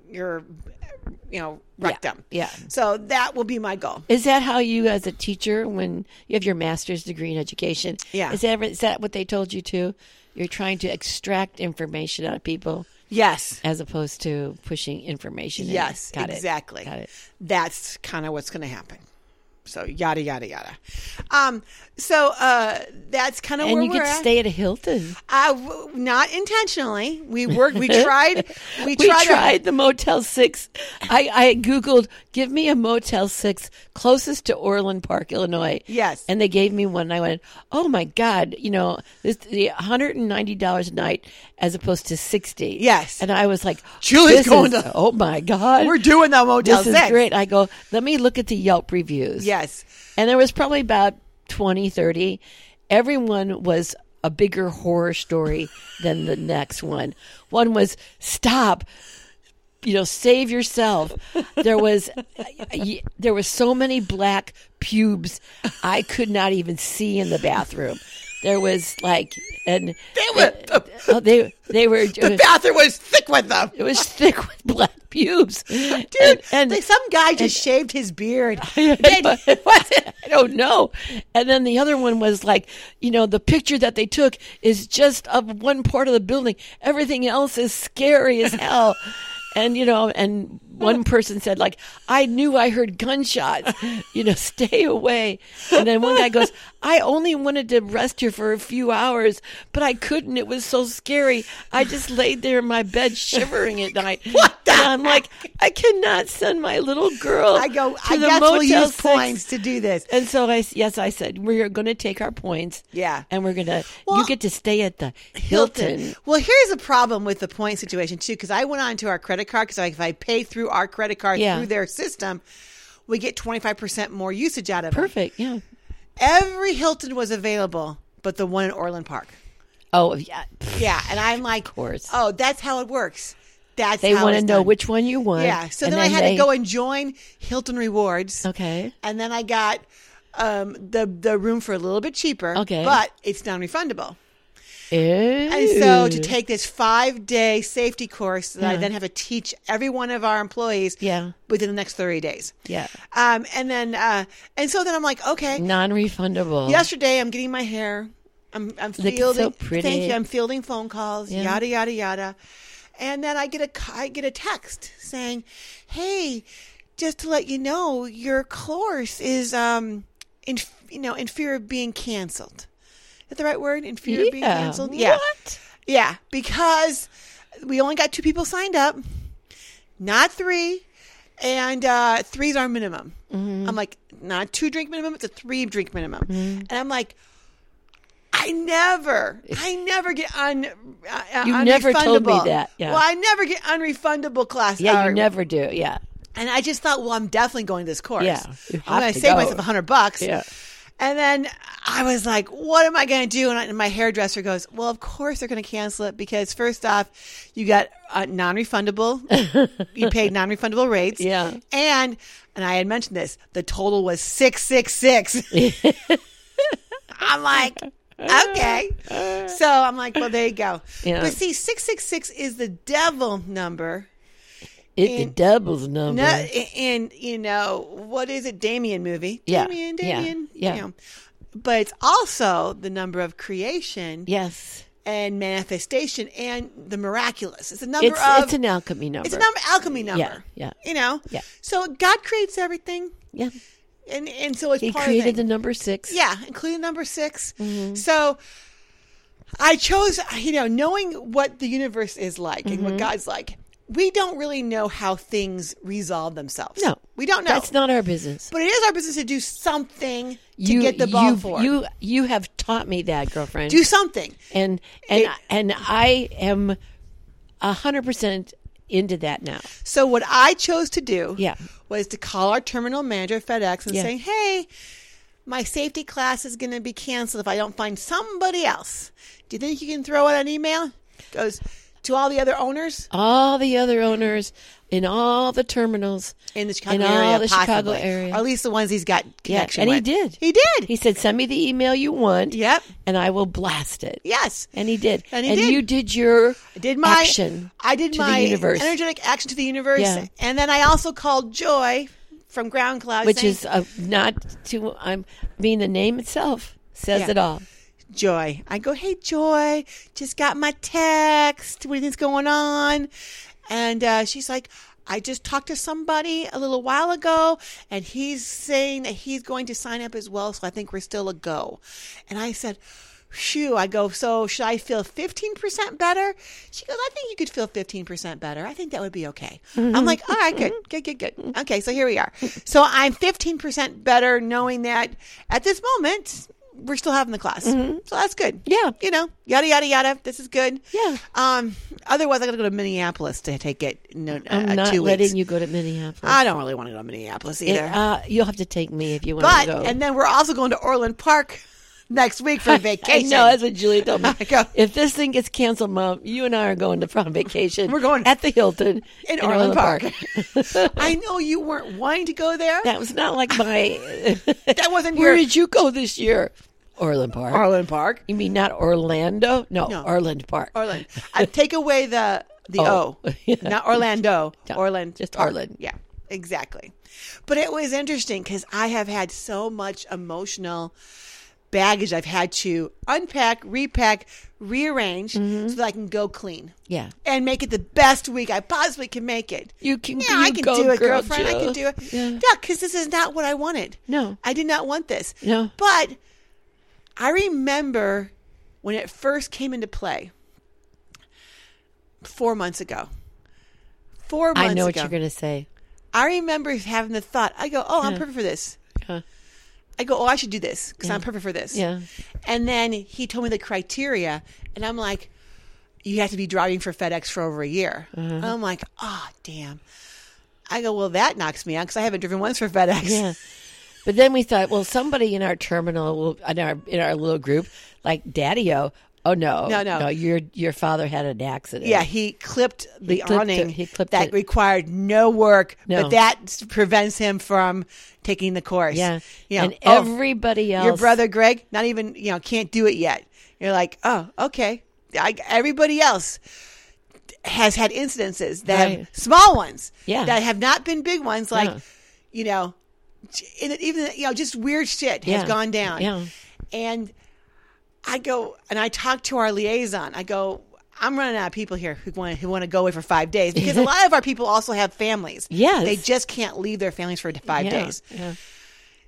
[SPEAKER 1] your you know rectum.
[SPEAKER 2] yeah.
[SPEAKER 1] So that will be my goal.
[SPEAKER 2] Is that how you, as a teacher, when you have your master's degree in education,
[SPEAKER 1] Yeah.
[SPEAKER 2] is that is that what they told you to? You're trying to extract information out of people
[SPEAKER 1] Yes.
[SPEAKER 2] as opposed to pushing information. in.
[SPEAKER 1] Yes,
[SPEAKER 2] Got it.
[SPEAKER 1] exactly.
[SPEAKER 2] Got it.
[SPEAKER 1] That's kind of what's going to happen. So yada yada yada. Um, so uh, that's kind of
[SPEAKER 2] And
[SPEAKER 1] where
[SPEAKER 2] you
[SPEAKER 1] we're
[SPEAKER 2] could
[SPEAKER 1] at.
[SPEAKER 2] stay at a Hilton.
[SPEAKER 1] I w- not intentionally. We worked. We
[SPEAKER 2] [LAUGHS]
[SPEAKER 1] tried. We,
[SPEAKER 2] We
[SPEAKER 1] tried.
[SPEAKER 2] tried, the Motel Six. I, I Googled, give me a Motel Six closest to Orland Park, Illinois.
[SPEAKER 1] Yes.
[SPEAKER 2] And they gave me one. And I went, oh my God, you know, this the $190 a night as opposed to 60
[SPEAKER 1] Yes.
[SPEAKER 2] And I was like,
[SPEAKER 1] Julie's
[SPEAKER 2] this
[SPEAKER 1] going
[SPEAKER 2] is-
[SPEAKER 1] to-
[SPEAKER 2] oh my God.
[SPEAKER 1] A, we're doing the motel
[SPEAKER 2] this is
[SPEAKER 1] six.
[SPEAKER 2] great. I go, let me look at the Yelp reviews.
[SPEAKER 1] Yes.
[SPEAKER 2] And there was probably about 20, 30. Everyone was a bigger
[SPEAKER 1] [LAUGHS]
[SPEAKER 2] horror story than the next one. One was stop, you know, save yourself. There was there was so many black pubes I could not even see in the bathroom. There was like and
[SPEAKER 1] It was-
[SPEAKER 2] oh, they they were
[SPEAKER 1] the bathroom was thick with them.
[SPEAKER 2] it was thick with black pubes. Dude,
[SPEAKER 1] Dude, like some guy just shaved his beard.
[SPEAKER 2] [LAUGHS]
[SPEAKER 1] [LAUGHS] Then-
[SPEAKER 2] I don't know. And then the other one was like, you know, the picture that they took is just of one part of the building. Everything else is scary as hell. And you know, and one person said like, "I knew I heard gunshots." [LAUGHS] You know, stay away. And then one guy goes, "I only wanted to rest here for a few hours, but I couldn't. It was so scary. I just laid there in my bed shivering at night." What
[SPEAKER 1] the
[SPEAKER 2] And I'm like, "I cannot send my little
[SPEAKER 1] [LAUGHS]
[SPEAKER 2] girl
[SPEAKER 1] I go.
[SPEAKER 2] to
[SPEAKER 1] I
[SPEAKER 2] the
[SPEAKER 1] guess we'll
[SPEAKER 2] Motel
[SPEAKER 1] use
[SPEAKER 2] Six.
[SPEAKER 1] points to do this.
[SPEAKER 2] And so I yes, I said we're going to take our points.
[SPEAKER 1] Yeah.
[SPEAKER 2] and we're going to
[SPEAKER 1] Well-
[SPEAKER 2] you get to stay at the Hilton.
[SPEAKER 1] Well, here's the problem with the point situation too, because I went on to our credit card because if I pay through our credit card
[SPEAKER 2] Yeah.
[SPEAKER 1] through their system, we get 25 percent more usage out of it.
[SPEAKER 2] Perfect. Yeah.
[SPEAKER 1] Every Hilton was available, but the one in Orland Park.
[SPEAKER 2] Oh yeah.
[SPEAKER 1] Yeah, and I'm like, of
[SPEAKER 2] course.
[SPEAKER 1] Oh, that's how it works. That's
[SPEAKER 2] They
[SPEAKER 1] how
[SPEAKER 2] want to
[SPEAKER 1] it's
[SPEAKER 2] know
[SPEAKER 1] done.
[SPEAKER 2] which one you want.
[SPEAKER 1] Yeah, so
[SPEAKER 2] and
[SPEAKER 1] then, I had to
[SPEAKER 2] they-
[SPEAKER 1] go and join Hilton Rewards,
[SPEAKER 2] Okay.
[SPEAKER 1] and then I got um, the the room for a little bit cheaper.
[SPEAKER 2] Okay.
[SPEAKER 1] but it's non-refundable. And
[SPEAKER 2] And
[SPEAKER 1] so to take this five day safety course that I then have to teach every one of our employees
[SPEAKER 2] Yeah.
[SPEAKER 1] within the next 30 days.
[SPEAKER 2] Yeah.
[SPEAKER 1] Um, and then, uh, and so then I'm like, okay,
[SPEAKER 2] non-refundable.
[SPEAKER 1] yesterday I'm getting my hair. I'm, I'm
[SPEAKER 2] Look, it's
[SPEAKER 1] fielding.
[SPEAKER 2] so pretty.
[SPEAKER 1] Thank you. I'm fielding phone calls,
[SPEAKER 2] Yeah.
[SPEAKER 1] yada, yada, yada. And then I get a, c- I get a text saying, hey, just to let you know, your course is, um, in, you know, in fear of being canceled. Is that the right word? In fear of being
[SPEAKER 2] Yeah.
[SPEAKER 1] canceled? Yeah.
[SPEAKER 2] What?
[SPEAKER 1] Yeah, because we only got two people signed up, not three, and uh, three's our minimum.
[SPEAKER 2] Mm-hmm.
[SPEAKER 1] I'm like, not two drink minimum; it's a three drink minimum. And I'm like, I never, I never get un. Uh,
[SPEAKER 2] You never told me
[SPEAKER 1] unrefundable.
[SPEAKER 2] that, yeah.
[SPEAKER 1] Well, I never get unrefundable class.
[SPEAKER 2] Yeah,
[SPEAKER 1] or-
[SPEAKER 2] you never do. Yeah.
[SPEAKER 1] and I just thought, well, I'm definitely going to this course.
[SPEAKER 2] Yeah, you
[SPEAKER 1] I'm
[SPEAKER 2] have
[SPEAKER 1] going to
[SPEAKER 2] to
[SPEAKER 1] save
[SPEAKER 2] go.
[SPEAKER 1] myself a hundred bucks.
[SPEAKER 2] Yeah.
[SPEAKER 1] And then I was like, what am I going to do? And, I, and my hairdresser goes, well, of course they're going to cancel it because first off, you got uh, non-refundable.
[SPEAKER 2] [LAUGHS]
[SPEAKER 1] you paid non-refundable rates.
[SPEAKER 2] Yeah.
[SPEAKER 1] And, and I had mentioned this, the total was
[SPEAKER 2] [LAUGHS]
[SPEAKER 1] 666. I'm like,
[SPEAKER 2] [LAUGHS]
[SPEAKER 1] okay. So I'm like, well, there you go.
[SPEAKER 2] Yeah.
[SPEAKER 1] But see, 666 is the devil number.
[SPEAKER 2] It
[SPEAKER 1] And-
[SPEAKER 2] doubles number.
[SPEAKER 1] No, a- and you know what is it? Damien movie.
[SPEAKER 2] Yeah,
[SPEAKER 1] Damien,
[SPEAKER 2] yeah,
[SPEAKER 1] Damien.
[SPEAKER 2] yeah.
[SPEAKER 1] you know. But it's also the number of creation
[SPEAKER 2] yes.
[SPEAKER 1] and manifestation and the miraculous. It's a number
[SPEAKER 2] It's
[SPEAKER 1] of
[SPEAKER 2] it's an alchemy number.
[SPEAKER 1] it's a number alchemy number.
[SPEAKER 2] yeah.
[SPEAKER 1] You know.
[SPEAKER 2] Yeah.
[SPEAKER 1] So God creates everything,
[SPEAKER 2] yeah.
[SPEAKER 1] and and so it's
[SPEAKER 2] He
[SPEAKER 1] part
[SPEAKER 2] created
[SPEAKER 1] of
[SPEAKER 2] the Mm-hmm.
[SPEAKER 1] it.
[SPEAKER 2] number 6.
[SPEAKER 1] yeah, including number 6 So. I chose, you know, knowing what the universe is like and
[SPEAKER 2] Mm-hmm.
[SPEAKER 1] what God's like, we don't really know how things resolve themselves.
[SPEAKER 2] No.
[SPEAKER 1] we don't know.
[SPEAKER 2] That's not our business.
[SPEAKER 1] But it is our business to do something to get the ball
[SPEAKER 2] you,
[SPEAKER 1] forward.
[SPEAKER 2] You you have taught me that, girlfriend.
[SPEAKER 1] do something.
[SPEAKER 2] and and
[SPEAKER 1] It-
[SPEAKER 2] and I am hundred percent into that now.
[SPEAKER 1] So what I chose to do
[SPEAKER 2] Yeah.
[SPEAKER 1] was to call our terminal manager at FedEx and
[SPEAKER 2] Yeah.
[SPEAKER 1] say, "Hey, my safety class is going to be canceled if I don't find somebody else. Do you think you can throw out an email?" Goes to all the other owners
[SPEAKER 2] All the other owners in all the terminals.
[SPEAKER 1] in the Chicago
[SPEAKER 2] In all
[SPEAKER 1] area,
[SPEAKER 2] the Chicago
[SPEAKER 1] possibly. Oh,
[SPEAKER 2] area.
[SPEAKER 1] or at least the ones he's got connection
[SPEAKER 2] and he
[SPEAKER 1] with.
[SPEAKER 2] did.
[SPEAKER 1] He did.
[SPEAKER 2] He said, "Send me the email you want,
[SPEAKER 1] yep.
[SPEAKER 2] and I will blast it."
[SPEAKER 1] Yes.
[SPEAKER 2] And he did.
[SPEAKER 1] And he did.
[SPEAKER 2] you did your
[SPEAKER 1] I did my
[SPEAKER 2] action.
[SPEAKER 1] I did
[SPEAKER 2] to the
[SPEAKER 1] my
[SPEAKER 2] universe.
[SPEAKER 1] energetic action to the universe,
[SPEAKER 2] Yeah.
[SPEAKER 1] and then I also called Joy from Ground Cloud,
[SPEAKER 2] which
[SPEAKER 1] saying,
[SPEAKER 2] is uh not to. I'm. I mean, the name itself says
[SPEAKER 1] Yeah.
[SPEAKER 2] it all.
[SPEAKER 1] Joy. I go, hey Joy, just got my text. What do you think's going on? And uh, she's like, I just talked to somebody a little while ago, and he's saying that he's going to sign up as well. So I think we're still a go. And I said. Shoo, I go, so should I feel 15% better? She goes, I think you could feel 15% better. I think that would be okay. I'm like, all right, good, good, good, good. Okay, so here we are. So I'm 15% better knowing that at this moment, we're still having the class. So that's good.
[SPEAKER 2] Mm-hmm. Yeah.
[SPEAKER 1] You know, yada, yada, yada. This is good.
[SPEAKER 2] Yeah.
[SPEAKER 1] Um, otherwise, I got to go to Minneapolis to take it no,
[SPEAKER 2] I'm
[SPEAKER 1] uh,
[SPEAKER 2] not
[SPEAKER 1] two
[SPEAKER 2] letting
[SPEAKER 1] weeks.
[SPEAKER 2] you go to Minneapolis.
[SPEAKER 1] I don't really want to go to Minneapolis either.
[SPEAKER 2] uh, you'll have to take me if you want
[SPEAKER 1] but,
[SPEAKER 2] to go.
[SPEAKER 1] and then we're also going to Orland Park next week for vacation.
[SPEAKER 2] [LAUGHS] I know that's what Julie told me.
[SPEAKER 1] [LAUGHS] I go-
[SPEAKER 2] if this thing gets canceled, Mom, you and I are going to prom vacation.
[SPEAKER 1] We're going-
[SPEAKER 2] at the Hilton
[SPEAKER 1] in, Orland Park. [LAUGHS] I know you weren't wanting to go there.
[SPEAKER 2] that was not
[SPEAKER 1] [LAUGHS]
[SPEAKER 2] like my. [LAUGHS]
[SPEAKER 1] That wasn't
[SPEAKER 2] Where
[SPEAKER 1] your
[SPEAKER 2] did you go this year? Orland Park.
[SPEAKER 1] Orland Park. [LAUGHS]
[SPEAKER 2] you mean not Orlando? No,
[SPEAKER 1] No.
[SPEAKER 2] Orland Park.
[SPEAKER 1] Orland. I take away the the
[SPEAKER 2] Oh. [LAUGHS]
[SPEAKER 1] O,
[SPEAKER 2] Yeah.
[SPEAKER 1] not Orlando.
[SPEAKER 2] No,
[SPEAKER 1] Orland.
[SPEAKER 2] just
[SPEAKER 1] Park.
[SPEAKER 2] Orland.
[SPEAKER 1] Yeah, exactly. But it was interesting because I have had so much emotional baggage. I've had to unpack, repack, rearrange
[SPEAKER 2] Mm-hmm.
[SPEAKER 1] so that I can go clean
[SPEAKER 2] Yeah,
[SPEAKER 1] and make it the best week I possibly can make it.
[SPEAKER 2] you can.
[SPEAKER 1] Yeah, I
[SPEAKER 2] you
[SPEAKER 1] can
[SPEAKER 2] go,
[SPEAKER 1] do it,
[SPEAKER 2] girl,
[SPEAKER 1] girlfriend. I
[SPEAKER 2] Jill.
[SPEAKER 1] can do it.
[SPEAKER 2] Yeah.
[SPEAKER 1] Yeah, because this is not what I wanted.
[SPEAKER 2] No.
[SPEAKER 1] I did not want this.
[SPEAKER 2] No.
[SPEAKER 1] But I remember when it first came into play four months ago. Four months
[SPEAKER 2] I know what
[SPEAKER 1] ago.
[SPEAKER 2] you're going to say.
[SPEAKER 1] I remember having the thought, I go, oh, I'm perfect for this.
[SPEAKER 2] Huh.
[SPEAKER 1] I go, oh, I should do this because I'm perfect for this.
[SPEAKER 2] Yeah.
[SPEAKER 1] And then he told me the criteria, and I'm like, you have to be driving for FedEx for over a year.
[SPEAKER 2] Uh-huh.
[SPEAKER 1] And I'm like, oh, damn. I go, well, that knocks me out because I haven't driven once for FedEx. [LAUGHS]
[SPEAKER 2] Yeah. But then we thought, well, somebody in our terminal, will, in our in our little group, like Daddy-O, oh no,
[SPEAKER 1] No, no.
[SPEAKER 2] your your father had an accident.
[SPEAKER 1] Yeah, he clipped the
[SPEAKER 2] clipped it.
[SPEAKER 1] awning
[SPEAKER 2] He clipped
[SPEAKER 1] that
[SPEAKER 2] it.
[SPEAKER 1] required no work,
[SPEAKER 2] No.
[SPEAKER 1] but that s- prevents him from taking the course.
[SPEAKER 2] yeah,
[SPEAKER 1] yeah.
[SPEAKER 2] And
[SPEAKER 1] Oh,
[SPEAKER 2] everybody else,
[SPEAKER 1] your brother Greg, not even you know, can't do it yet. You're like, oh, okay. I, everybody else has had incidences that
[SPEAKER 2] Right.
[SPEAKER 1] have small ones,
[SPEAKER 2] Yeah.
[SPEAKER 1] that have not been big ones, like
[SPEAKER 2] Yeah.
[SPEAKER 1] you know, j- in- even you know, just weird shit
[SPEAKER 2] Yeah.
[SPEAKER 1] has gone down.
[SPEAKER 2] Yeah.
[SPEAKER 1] And I go and I talk to our liaison. I go, I'm running out of people here who want who want to go away for five days because
[SPEAKER 2] [LAUGHS]
[SPEAKER 1] a lot of our people also have families.
[SPEAKER 2] Yes.
[SPEAKER 1] they just can't leave their families for five
[SPEAKER 2] Yeah,
[SPEAKER 1] days.
[SPEAKER 2] yeah.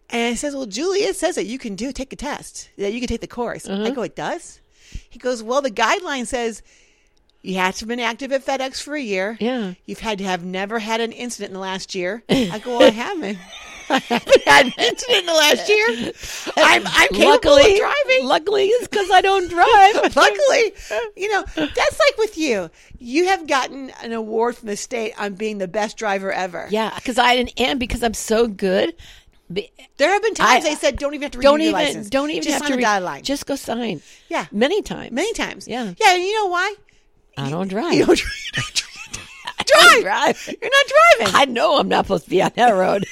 [SPEAKER 1] And it says, well, Julie, it says that you can do take a test, that you can take the course.
[SPEAKER 2] Uh-huh.
[SPEAKER 1] I go, it does. He goes, well, the guideline says you have to have been active at FedEx for a year.
[SPEAKER 2] Yeah.
[SPEAKER 1] you've had to have never had an incident in the last
[SPEAKER 2] [LAUGHS]
[SPEAKER 1] year. I go, well, I haven't. [LAUGHS] I haven't had an incident in the last year. I'm I'm capable
[SPEAKER 2] Luckily,
[SPEAKER 1] of driving.
[SPEAKER 2] Luckily, it's because I don't
[SPEAKER 1] [LAUGHS]
[SPEAKER 2] drive.
[SPEAKER 1] Luckily, you know, that's like with you. You have gotten an award from the state on being the best driver ever.
[SPEAKER 2] yeah, because I didn't, and because I'm so good. be-
[SPEAKER 1] There have been times
[SPEAKER 2] I-
[SPEAKER 1] they said don't even have to renew
[SPEAKER 2] Don't
[SPEAKER 1] your
[SPEAKER 2] even,
[SPEAKER 1] license.
[SPEAKER 2] don't even
[SPEAKER 1] just
[SPEAKER 2] have
[SPEAKER 1] sign
[SPEAKER 2] to
[SPEAKER 1] a
[SPEAKER 2] re-
[SPEAKER 1] guideline.
[SPEAKER 2] Just go sign.
[SPEAKER 1] Yeah.
[SPEAKER 2] many times.
[SPEAKER 1] many times.
[SPEAKER 2] Yeah.
[SPEAKER 1] Yeah, and you know why?
[SPEAKER 2] I don't
[SPEAKER 1] [LAUGHS]
[SPEAKER 2] drive.
[SPEAKER 1] You don't [LAUGHS]
[SPEAKER 2] [LAUGHS] I
[SPEAKER 1] drive.
[SPEAKER 2] drive.
[SPEAKER 1] You're not driving. [LAUGHS]
[SPEAKER 2] I know I'm not supposed to be on that road.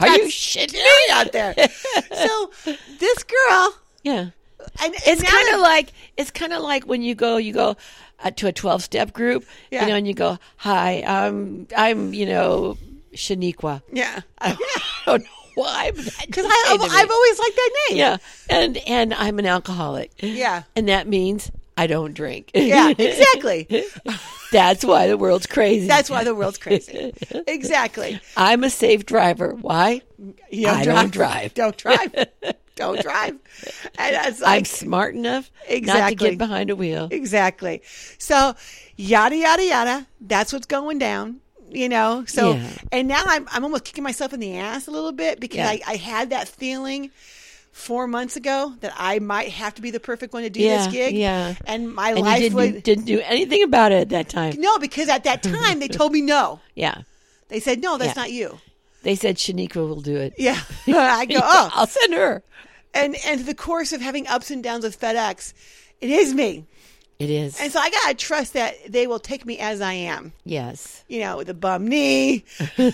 [SPEAKER 2] Are you shitting me?
[SPEAKER 1] [LAUGHS] out there. so this girl
[SPEAKER 2] Yeah.
[SPEAKER 1] And
[SPEAKER 2] It's
[SPEAKER 1] now
[SPEAKER 2] kind
[SPEAKER 1] that-
[SPEAKER 2] of like it's kind of like when you go you go uh, to a twelve step group,
[SPEAKER 1] Yeah.
[SPEAKER 2] you know, and you go, "Hi, I'm I'm you know Shaniqua." [LAUGHS]
[SPEAKER 1] yeah,
[SPEAKER 2] I don't know why, because
[SPEAKER 1] because I've, I've always liked that name.
[SPEAKER 2] yeah, and and I'm an alcoholic.
[SPEAKER 1] Yeah.
[SPEAKER 2] and that means I don't drink. [LAUGHS]
[SPEAKER 1] yeah, exactly.
[SPEAKER 2] That's why the world's crazy.
[SPEAKER 1] That's why the world's crazy. Exactly.
[SPEAKER 2] I'm a safe driver. Why?
[SPEAKER 1] You
[SPEAKER 2] I don't drive.
[SPEAKER 1] Don't [LAUGHS] drive. don't [LAUGHS] drive. And I was
[SPEAKER 2] I'm
[SPEAKER 1] like,
[SPEAKER 2] smart enough not to
[SPEAKER 1] Exactly.
[SPEAKER 2] get behind a wheel.
[SPEAKER 1] exactly. So, yada yada yada. That's what's going down. You know. So,
[SPEAKER 2] Yeah.
[SPEAKER 1] and now I'm I'm almost kicking myself in the ass a little bit because
[SPEAKER 2] Yeah.
[SPEAKER 1] I, I had that feeling. Four months ago, that I might have to be the perfect one to do
[SPEAKER 2] Yeah,
[SPEAKER 1] this gig,
[SPEAKER 2] yeah.
[SPEAKER 1] and my
[SPEAKER 2] And you
[SPEAKER 1] life
[SPEAKER 2] didn't,
[SPEAKER 1] would
[SPEAKER 2] you didn't do anything about it at that time.
[SPEAKER 1] no because at
[SPEAKER 2] [LAUGHS]
[SPEAKER 1] that time they told me no.
[SPEAKER 2] Yeah.
[SPEAKER 1] They said no, that's
[SPEAKER 2] Yeah.
[SPEAKER 1] not you.
[SPEAKER 2] They said Shaniqua will do it.
[SPEAKER 1] [LAUGHS] Yeah, I
[SPEAKER 2] [LAUGHS]
[SPEAKER 1] go oh,
[SPEAKER 2] I'll send her.
[SPEAKER 1] and and through the course of having ups and downs with FedEx, it is me.
[SPEAKER 2] It is.
[SPEAKER 1] And so I gotta trust that they will take me as I am.
[SPEAKER 2] yes.
[SPEAKER 1] You know, with a bum knee. [LAUGHS]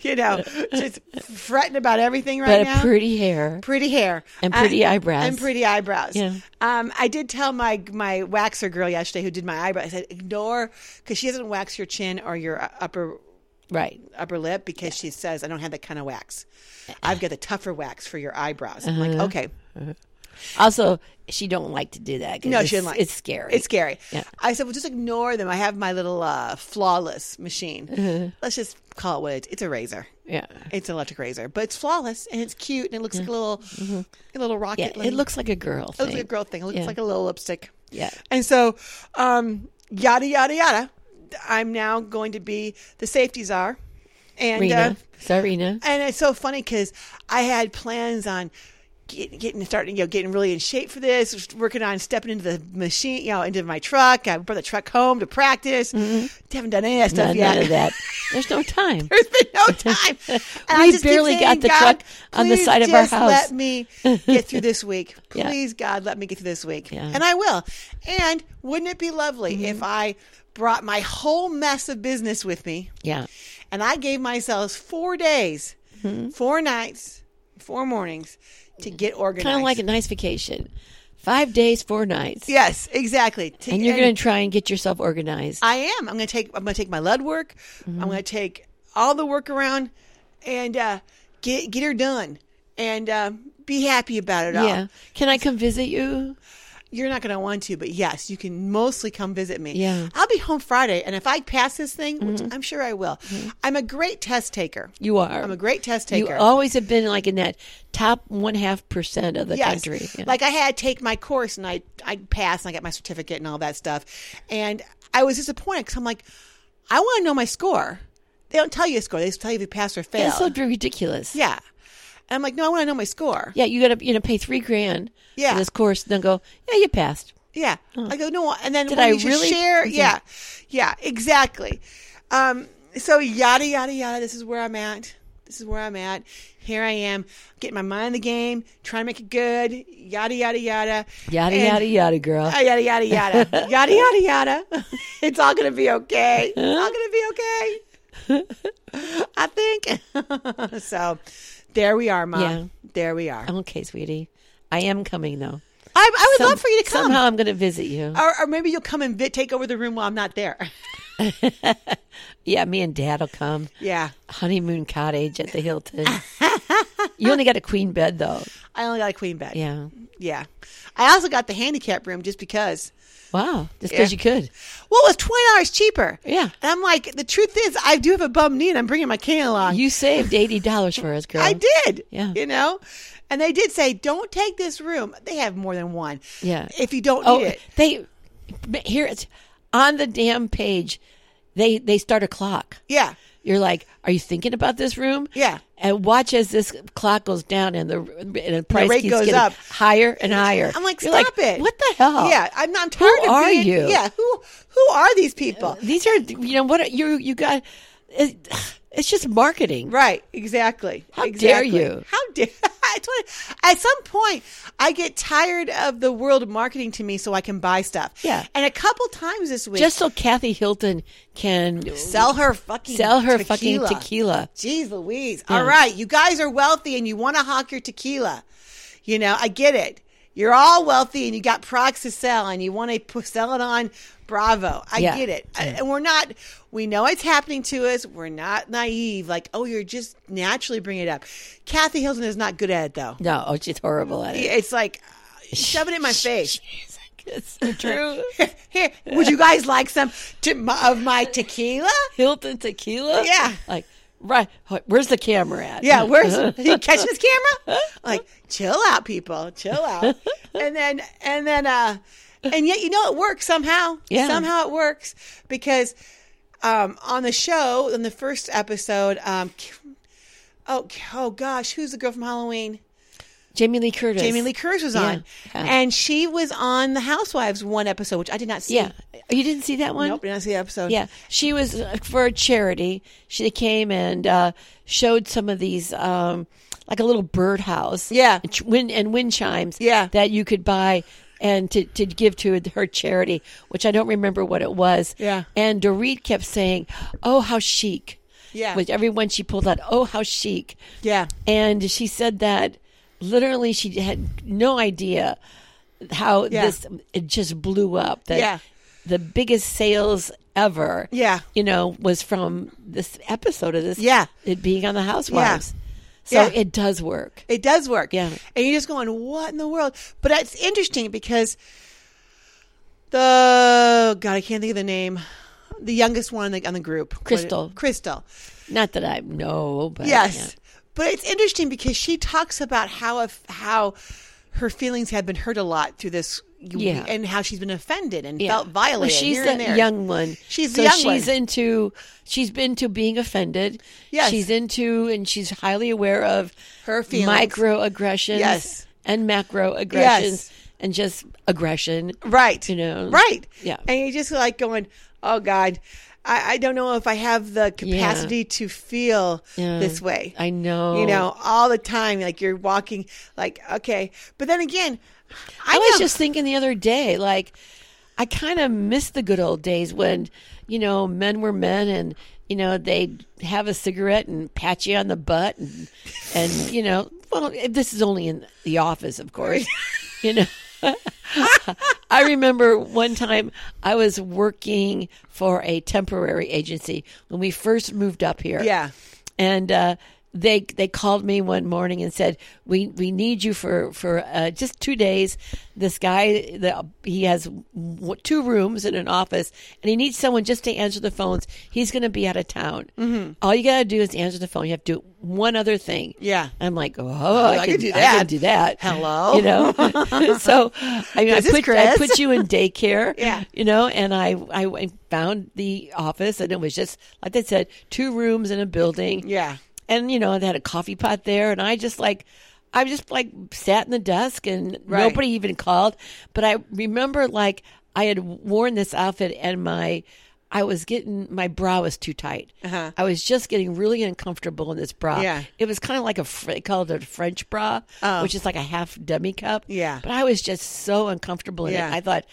[SPEAKER 1] you know, just fretting about everything right
[SPEAKER 2] But
[SPEAKER 1] now.
[SPEAKER 2] a pretty hair.
[SPEAKER 1] pretty hair
[SPEAKER 2] And pretty
[SPEAKER 1] Uh,
[SPEAKER 2] eyebrows.
[SPEAKER 1] and pretty eyebrows.
[SPEAKER 2] Yeah.
[SPEAKER 1] Um, I did tell my my waxer girl yesterday who did my eyebrows. I said ignore because she doesn't wax your chin or your upper
[SPEAKER 2] Right.
[SPEAKER 1] upper lip because she says I don't have that kind of wax. I've got the tougher wax for your eyebrows. I'm
[SPEAKER 2] Uh-huh.
[SPEAKER 1] like, okay,
[SPEAKER 2] Also, she don't like to do that. 'cause
[SPEAKER 1] No,
[SPEAKER 2] it's,
[SPEAKER 1] she didn't like
[SPEAKER 2] It's scary.
[SPEAKER 1] It's scary.
[SPEAKER 2] Yeah.
[SPEAKER 1] I said, well, just ignore them. I have my little uh, flawless machine.
[SPEAKER 2] Uh-huh.
[SPEAKER 1] Let's just call it what it is. It's a razor.
[SPEAKER 2] yeah.
[SPEAKER 1] It's an electric razor, but it's flawless and it's cute and it looks like a little, a little rocket.
[SPEAKER 2] Mm-hmm. Yeah. It
[SPEAKER 1] looking-
[SPEAKER 2] looks like a girl.
[SPEAKER 1] it looks like a
[SPEAKER 2] thing.
[SPEAKER 1] girl thing. It looks
[SPEAKER 2] Yeah.
[SPEAKER 1] like a little lipstick.
[SPEAKER 2] Yeah.
[SPEAKER 1] And so, um, yada yada yada. I'm now going to be the safety czar, and
[SPEAKER 2] Rena.
[SPEAKER 1] Uh,
[SPEAKER 2] Sorry, Rena.
[SPEAKER 1] and it's so funny because I had plans on get, getting starting, you know, getting really in shape for this. Working on stepping into the machine, you know, into my truck. I brought the truck home to practice. Haven't done any of that stuff
[SPEAKER 2] Mm-hmm. None,
[SPEAKER 1] yet.
[SPEAKER 2] none of that. There's no time.
[SPEAKER 1] [LAUGHS] There's been
[SPEAKER 2] [LAUGHS]
[SPEAKER 1] no time. And I
[SPEAKER 2] We
[SPEAKER 1] just keep
[SPEAKER 2] barely
[SPEAKER 1] saying,
[SPEAKER 2] got the
[SPEAKER 1] "God,
[SPEAKER 2] truck on the
[SPEAKER 1] please
[SPEAKER 2] side of our
[SPEAKER 1] just
[SPEAKER 2] house."
[SPEAKER 1] Let
[SPEAKER 2] [LAUGHS]
[SPEAKER 1] me get through this week.
[SPEAKER 2] Yeah.
[SPEAKER 1] Please, God, let me get through this week,
[SPEAKER 2] Yeah. Mm-hmm.
[SPEAKER 1] and I will. And wouldn't it be lovely if I brought my whole mess of business with me?
[SPEAKER 2] Yeah.
[SPEAKER 1] And I gave myself four days, four nights, four mornings to get organized.
[SPEAKER 2] Kind of Hmm. like a nice vacation. Five days, four nights.
[SPEAKER 1] yes, exactly. To-
[SPEAKER 2] And you're going to try and get yourself organized.
[SPEAKER 1] I am. I'm going to take. I'm going to take my lead work.
[SPEAKER 2] Mm-hmm.
[SPEAKER 1] I'm going to take all the work around and uh, get get her done and uh, be happy about it all.
[SPEAKER 2] Yeah. Can I come visit you?
[SPEAKER 1] You're not going to want to, but yes, you can mostly come visit me.
[SPEAKER 2] Yeah. Mm-hmm.
[SPEAKER 1] I'll be home Friday, and if I pass this thing, which I'm sure I will, I'm a great test taker.
[SPEAKER 2] You are.
[SPEAKER 1] I'm a great test
[SPEAKER 2] You
[SPEAKER 1] taker.
[SPEAKER 2] always have been like in that top one half percent of the
[SPEAKER 1] yes.
[SPEAKER 2] country. Yeah.
[SPEAKER 1] Like I had to take my course and I I passed and I got my certificate and all that stuff, and I was disappointed because I'm like, I want to know my score. They don't tell you a score; they just tell you if you passed or failed.
[SPEAKER 2] it's so ridiculous.
[SPEAKER 1] yeah, and I'm like, no, I want to know my score.
[SPEAKER 2] Yeah, you got to you know pay three grand
[SPEAKER 1] Yeah.
[SPEAKER 2] for this course, then go. Yeah, you passed.
[SPEAKER 1] Yeah. I go, no. And then
[SPEAKER 2] Oh. Did
[SPEAKER 1] when
[SPEAKER 2] I
[SPEAKER 1] you should
[SPEAKER 2] really-
[SPEAKER 1] share? Yeah. Yeah,
[SPEAKER 2] Yeah.
[SPEAKER 1] exactly. Um, so yada, yada, yada. This is where I'm at. This is where I'm at. Here I am getting my mind in the game, trying to make it good. Yada, yada, yada.
[SPEAKER 2] Yada
[SPEAKER 1] And-
[SPEAKER 2] yada yada, girl.
[SPEAKER 1] Ah, Yada, yada, yada. yada, yada, yada. [LAUGHS] It's all going to be okay. It's all going to be okay. I think. [LAUGHS] so there we are, Mom.
[SPEAKER 2] Yeah.
[SPEAKER 1] There we are.
[SPEAKER 2] I'm okay, sweetie. I am coming though.
[SPEAKER 1] I, I would
[SPEAKER 2] Some-
[SPEAKER 1] love for you to come. Uh,
[SPEAKER 2] Somehow I'm going to visit you.
[SPEAKER 1] Or, or maybe you'll come and vi- take over the room while I'm not there. [LAUGHS]
[SPEAKER 2] yeah, me and Dad will come.
[SPEAKER 1] Yeah.
[SPEAKER 2] Honeymoon cottage at
[SPEAKER 1] [LAUGHS]
[SPEAKER 2] the Hilton. you only got a queen bed though.
[SPEAKER 1] I only got a queen bed.
[SPEAKER 2] Yeah.
[SPEAKER 1] Yeah. I also got the handicap room just because.
[SPEAKER 2] Wow. Just
[SPEAKER 1] Yeah.
[SPEAKER 2] because you could.
[SPEAKER 1] Well, it was twenty dollars cheaper.
[SPEAKER 2] Yeah.
[SPEAKER 1] And I'm like, the truth is, I do have a bum knee, and I'm bringing my cane along.
[SPEAKER 2] You saved eighty dollars for us, girl.
[SPEAKER 1] I did.
[SPEAKER 2] Yeah.
[SPEAKER 1] You know, and they did say, don't take this room. They have more than one.
[SPEAKER 2] Yeah.
[SPEAKER 1] If you don't
[SPEAKER 2] Oh,
[SPEAKER 1] need it.
[SPEAKER 2] they but here it's on the damn page. They they start a clock.
[SPEAKER 1] Yeah.
[SPEAKER 2] You're like, are you thinking about this room?
[SPEAKER 1] Yeah.
[SPEAKER 2] And watch as this clock goes down and the and the price
[SPEAKER 1] rate
[SPEAKER 2] keeps
[SPEAKER 1] goes
[SPEAKER 2] getting
[SPEAKER 1] up.
[SPEAKER 2] higher and higher.
[SPEAKER 1] I'm like,
[SPEAKER 2] You're
[SPEAKER 1] stop it.
[SPEAKER 2] What the hell?
[SPEAKER 1] Yeah. I'm not. I'm tired of
[SPEAKER 2] are
[SPEAKER 1] being-
[SPEAKER 2] you? Uh.
[SPEAKER 1] Yeah. Who Who are these people?
[SPEAKER 2] These are you know what are- you you got. It, it's just marketing.
[SPEAKER 1] Right, exactly.
[SPEAKER 2] How dare
[SPEAKER 1] exactly.
[SPEAKER 2] you.
[SPEAKER 1] How dare? [LAUGHS] It's what- At some point, I get tired of the world marketing to me, so I can buy stuff.
[SPEAKER 2] Yeah.
[SPEAKER 1] and a couple times this week,
[SPEAKER 2] Just so Kathy Hilton can
[SPEAKER 1] sell her fucking
[SPEAKER 2] sell her
[SPEAKER 1] tequila.
[SPEAKER 2] fucking tequila.
[SPEAKER 1] Jeez Louise!
[SPEAKER 2] Yeah.
[SPEAKER 1] All right, you guys are wealthy and you want to hawk your tequila. You know, I get it. You're all wealthy and you got products to sell and you want to p- sell it on Bravo. I
[SPEAKER 2] Yeah.
[SPEAKER 1] get it. I- and we're not, we know it's happening to us. We're not naive. Like, oh, you're just naturally bringing it up. Kathy Hilton is not good at it, though.
[SPEAKER 2] No, oh, she's horrible at it.
[SPEAKER 1] It's like, shove it in my face.
[SPEAKER 2] It's
[SPEAKER 1] [LAUGHS]
[SPEAKER 2] true.
[SPEAKER 1] Here, would you guys like some te- my- of my tequila?
[SPEAKER 2] Hilton tequila.
[SPEAKER 1] Yeah.
[SPEAKER 2] Like, right. Where's the camera at? [LAUGHS]
[SPEAKER 1] Yeah, where's he catching his camera? Like, chill out, people, chill
[SPEAKER 2] [LAUGHS]
[SPEAKER 1] out. And then, and then, uh, and yet, you know, it works somehow.
[SPEAKER 2] Yeah.
[SPEAKER 1] somehow it works because um, on the show, in the first episode, um, oh, oh gosh, who's the girl from Halloween?
[SPEAKER 2] Jamie Lee Curtis.
[SPEAKER 1] Jamie Lee Curtis was
[SPEAKER 2] Yeah.
[SPEAKER 1] on,
[SPEAKER 2] Yeah.
[SPEAKER 1] and she was on the Housewives one episode, which I did not see.
[SPEAKER 2] Yeah. Oh, You didn't see that one?
[SPEAKER 1] nope, did not see the episode.
[SPEAKER 2] Yeah, she was uh, for a charity. She came and uh, showed some of these, um, like a little birdhouse.
[SPEAKER 1] Yeah.
[SPEAKER 2] and ch- wind and wind chimes.
[SPEAKER 1] Yeah.
[SPEAKER 2] that you could buy and to, to give to her charity, which I don't remember what it was.
[SPEAKER 1] Yeah.
[SPEAKER 2] and Dorit kept saying, "Oh, how chic."
[SPEAKER 1] Yeah.
[SPEAKER 2] which everyone she pulled out, "Oh, how chic."
[SPEAKER 1] yeah.
[SPEAKER 2] and she said that literally she had no idea how
[SPEAKER 1] Yeah.
[SPEAKER 2] this it just blew up that
[SPEAKER 1] Yeah.
[SPEAKER 2] the biggest sales ever
[SPEAKER 1] Yeah.
[SPEAKER 2] you know was from this episode of this
[SPEAKER 1] Yeah.
[SPEAKER 2] it being on the housewives
[SPEAKER 1] Yeah.
[SPEAKER 2] so it does work
[SPEAKER 1] It does work.
[SPEAKER 2] Yeah.
[SPEAKER 1] And you're just going, what in the world? But it's interesting because the, God, I can't think of the name. The youngest one on the, on the group. What-
[SPEAKER 2] Crystal.
[SPEAKER 1] Crystal.
[SPEAKER 2] not that i know but
[SPEAKER 1] Yes. But it's interesting because she talks about how, if, how her feelings have been hurt a lot through this.
[SPEAKER 2] Yeah.
[SPEAKER 1] And how she's been offended and
[SPEAKER 2] yeah.
[SPEAKER 1] felt
[SPEAKER 2] Yeah.
[SPEAKER 1] violated.
[SPEAKER 2] Well, she's
[SPEAKER 1] here
[SPEAKER 2] the
[SPEAKER 1] and there.
[SPEAKER 2] young one
[SPEAKER 1] She's the
[SPEAKER 2] so
[SPEAKER 1] young
[SPEAKER 2] she's
[SPEAKER 1] one.
[SPEAKER 2] into she's been to being offended
[SPEAKER 1] Yes.
[SPEAKER 2] she's into and she's highly aware of
[SPEAKER 1] Her feelings.
[SPEAKER 2] microaggressions
[SPEAKER 1] Yes.
[SPEAKER 2] and macroaggressions
[SPEAKER 1] Yes.
[SPEAKER 2] and just aggression.
[SPEAKER 1] Right.
[SPEAKER 2] You know?
[SPEAKER 1] Right.
[SPEAKER 2] Yeah.
[SPEAKER 1] And you're just like going, oh God, I, I don't know if I have the capacity to feel
[SPEAKER 2] Yeah.
[SPEAKER 1] this way.
[SPEAKER 2] I know.
[SPEAKER 1] You know, all the time, like you're walking, like, okay. But then again, I,
[SPEAKER 2] I was
[SPEAKER 1] know-
[SPEAKER 2] just thinking the other day, like, I kind of miss the good old days when, you know, men were men and, you know, they'd have a cigarette and pat you on the butt and, and you know, well, eh, this is only in the office, of course, [LAUGHS] you know. [LAUGHS] I remember one time I was working for a temporary agency when we first moved up
[SPEAKER 1] [LAUGHS]
[SPEAKER 2] here.
[SPEAKER 1] Yeah.
[SPEAKER 2] and uh, they they called me one morning and said we we need you for for uh, just two days. This guy the, he has w- two rooms in an office and he needs someone just to answer the phones. He's going to be out of town. Mm-hmm. All you got to do is answer the phone. You have to do one other thing.
[SPEAKER 1] Yeah.
[SPEAKER 2] I'm like, oh, I,
[SPEAKER 1] I
[SPEAKER 2] could,
[SPEAKER 1] could do
[SPEAKER 2] I
[SPEAKER 1] that.
[SPEAKER 2] could do that.
[SPEAKER 1] Hello? [LAUGHS]
[SPEAKER 2] you know. [LAUGHS] so I, mean, I
[SPEAKER 1] This is
[SPEAKER 2] put I
[SPEAKER 1] Chris.
[SPEAKER 2] put you in daycare.
[SPEAKER 1] [LAUGHS] Yeah.
[SPEAKER 2] You know, and I, I went- found the office and it was just, like they said, two rooms in a building.
[SPEAKER 1] yeah.
[SPEAKER 2] And, you know, they had a coffee pot there. And I just like, I just like sat in the desk and
[SPEAKER 1] Right.
[SPEAKER 2] nobody even called. But I remember like I had worn this outfit and my, I was getting, my bra was too tight.
[SPEAKER 1] Uh-huh.
[SPEAKER 2] I was just getting really uncomfortable in this bra.
[SPEAKER 1] Yeah.
[SPEAKER 2] It was kind of like a, fr- they called it a French bra,
[SPEAKER 1] Oh.
[SPEAKER 2] which is like a half demi cup.
[SPEAKER 1] Yeah.
[SPEAKER 2] But I was just so uncomfortable in
[SPEAKER 1] Yeah.
[SPEAKER 2] it. I thought,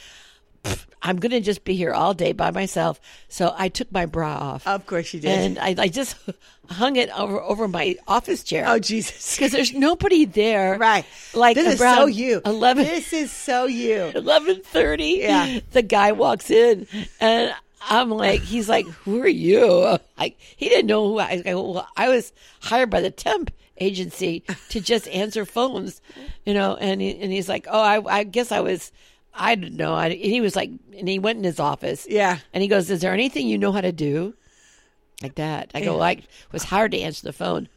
[SPEAKER 2] I'm going to just be here all day by myself. So I took my bra off.
[SPEAKER 1] Of course you did.
[SPEAKER 2] and I, I just [LAUGHS] hung it over, over my office chair.
[SPEAKER 1] oh, Jesus.
[SPEAKER 2] because there's nobody there.
[SPEAKER 1] Right.
[SPEAKER 2] Like
[SPEAKER 1] this is
[SPEAKER 2] around
[SPEAKER 1] so you.
[SPEAKER 2] 11,
[SPEAKER 1] This is so
[SPEAKER 2] [LAUGHS]
[SPEAKER 1] you.
[SPEAKER 2] 1130.
[SPEAKER 1] Yeah.
[SPEAKER 2] The guy walks in and I'm like, he's like, who are you? Like, he didn't know who I, I, well, I was hired by the temp agency to just answer phones, you know, and, he, and he's like, oh, I, I guess I was, I didn't know. I, and he was like, and he went in his office.
[SPEAKER 1] Yeah.
[SPEAKER 2] And he goes, is there anything you know how to do? Like that. I go, well, I was hired to answer the phone.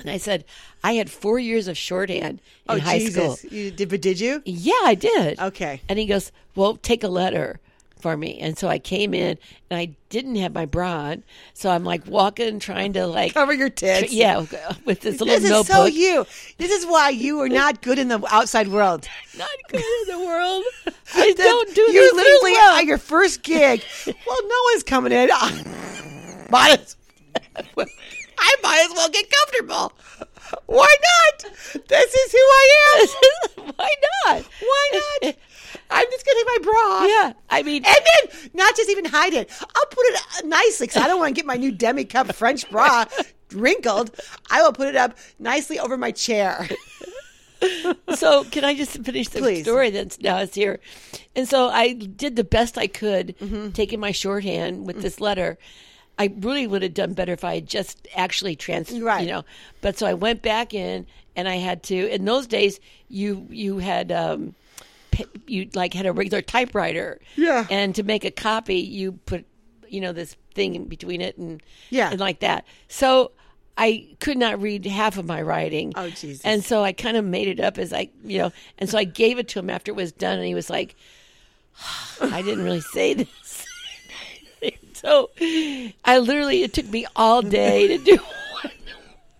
[SPEAKER 2] And I said, I had four years of shorthand in
[SPEAKER 1] Oh,
[SPEAKER 2] high school.
[SPEAKER 1] Jesus. You did, but did you?
[SPEAKER 2] Yeah, I did.
[SPEAKER 1] Okay.
[SPEAKER 2] And he goes, Well, take a letter for me. And so I came in and I didn't have my bra on. So I'm like walking, trying to like,
[SPEAKER 1] [LAUGHS] Cover your tits.
[SPEAKER 2] yeah, with this little
[SPEAKER 1] This is
[SPEAKER 2] notebook.
[SPEAKER 1] so you. This is why you are not good in the outside world.
[SPEAKER 2] Not good in
[SPEAKER 1] [LAUGHS]
[SPEAKER 2] the world. I
[SPEAKER 1] That-
[SPEAKER 2] [LAUGHS] don't do
[SPEAKER 1] you
[SPEAKER 2] this
[SPEAKER 1] literally
[SPEAKER 2] too well.
[SPEAKER 1] at your first
[SPEAKER 2] [LAUGHS]
[SPEAKER 1] gig. well, no one's coming in. [LAUGHS] I might as, I might as well get comfortable. Why not? This is who I am.
[SPEAKER 2] [LAUGHS] Why not?
[SPEAKER 1] Why not? I'm just gonna take my bra off.
[SPEAKER 2] Yeah. I
[SPEAKER 1] And
[SPEAKER 2] mean,
[SPEAKER 1] then not just even hide it. I'll put it uh, nicely because I don't want to get my new demi cup French bra wrinkled. I will put it up nicely over my chair.
[SPEAKER 2] so can I just finish the
[SPEAKER 1] Please.
[SPEAKER 2] story that's now it's here? And so I did the best I could
[SPEAKER 1] Mm-hmm.
[SPEAKER 2] taking my shorthand with
[SPEAKER 1] Mm.
[SPEAKER 2] this letter. I really would have done better if I had just actually trans,
[SPEAKER 1] Right.
[SPEAKER 2] you know. But so I went back in and I had to. In those days, you you had um, pa- you like had a regular typewriter,
[SPEAKER 1] Yeah.
[SPEAKER 2] And to make a copy, you put you know this thing in between it and
[SPEAKER 1] Yeah.
[SPEAKER 2] and like that. So I could not read half of my writing.
[SPEAKER 1] Oh, Jesus.
[SPEAKER 2] And so I kind of made it up as I, you know, and so I gave it to him after it was done, and he was like, [SIGHS] "I didn't really say this." [LAUGHS] so I literally, it took me all day to do [LAUGHS] one,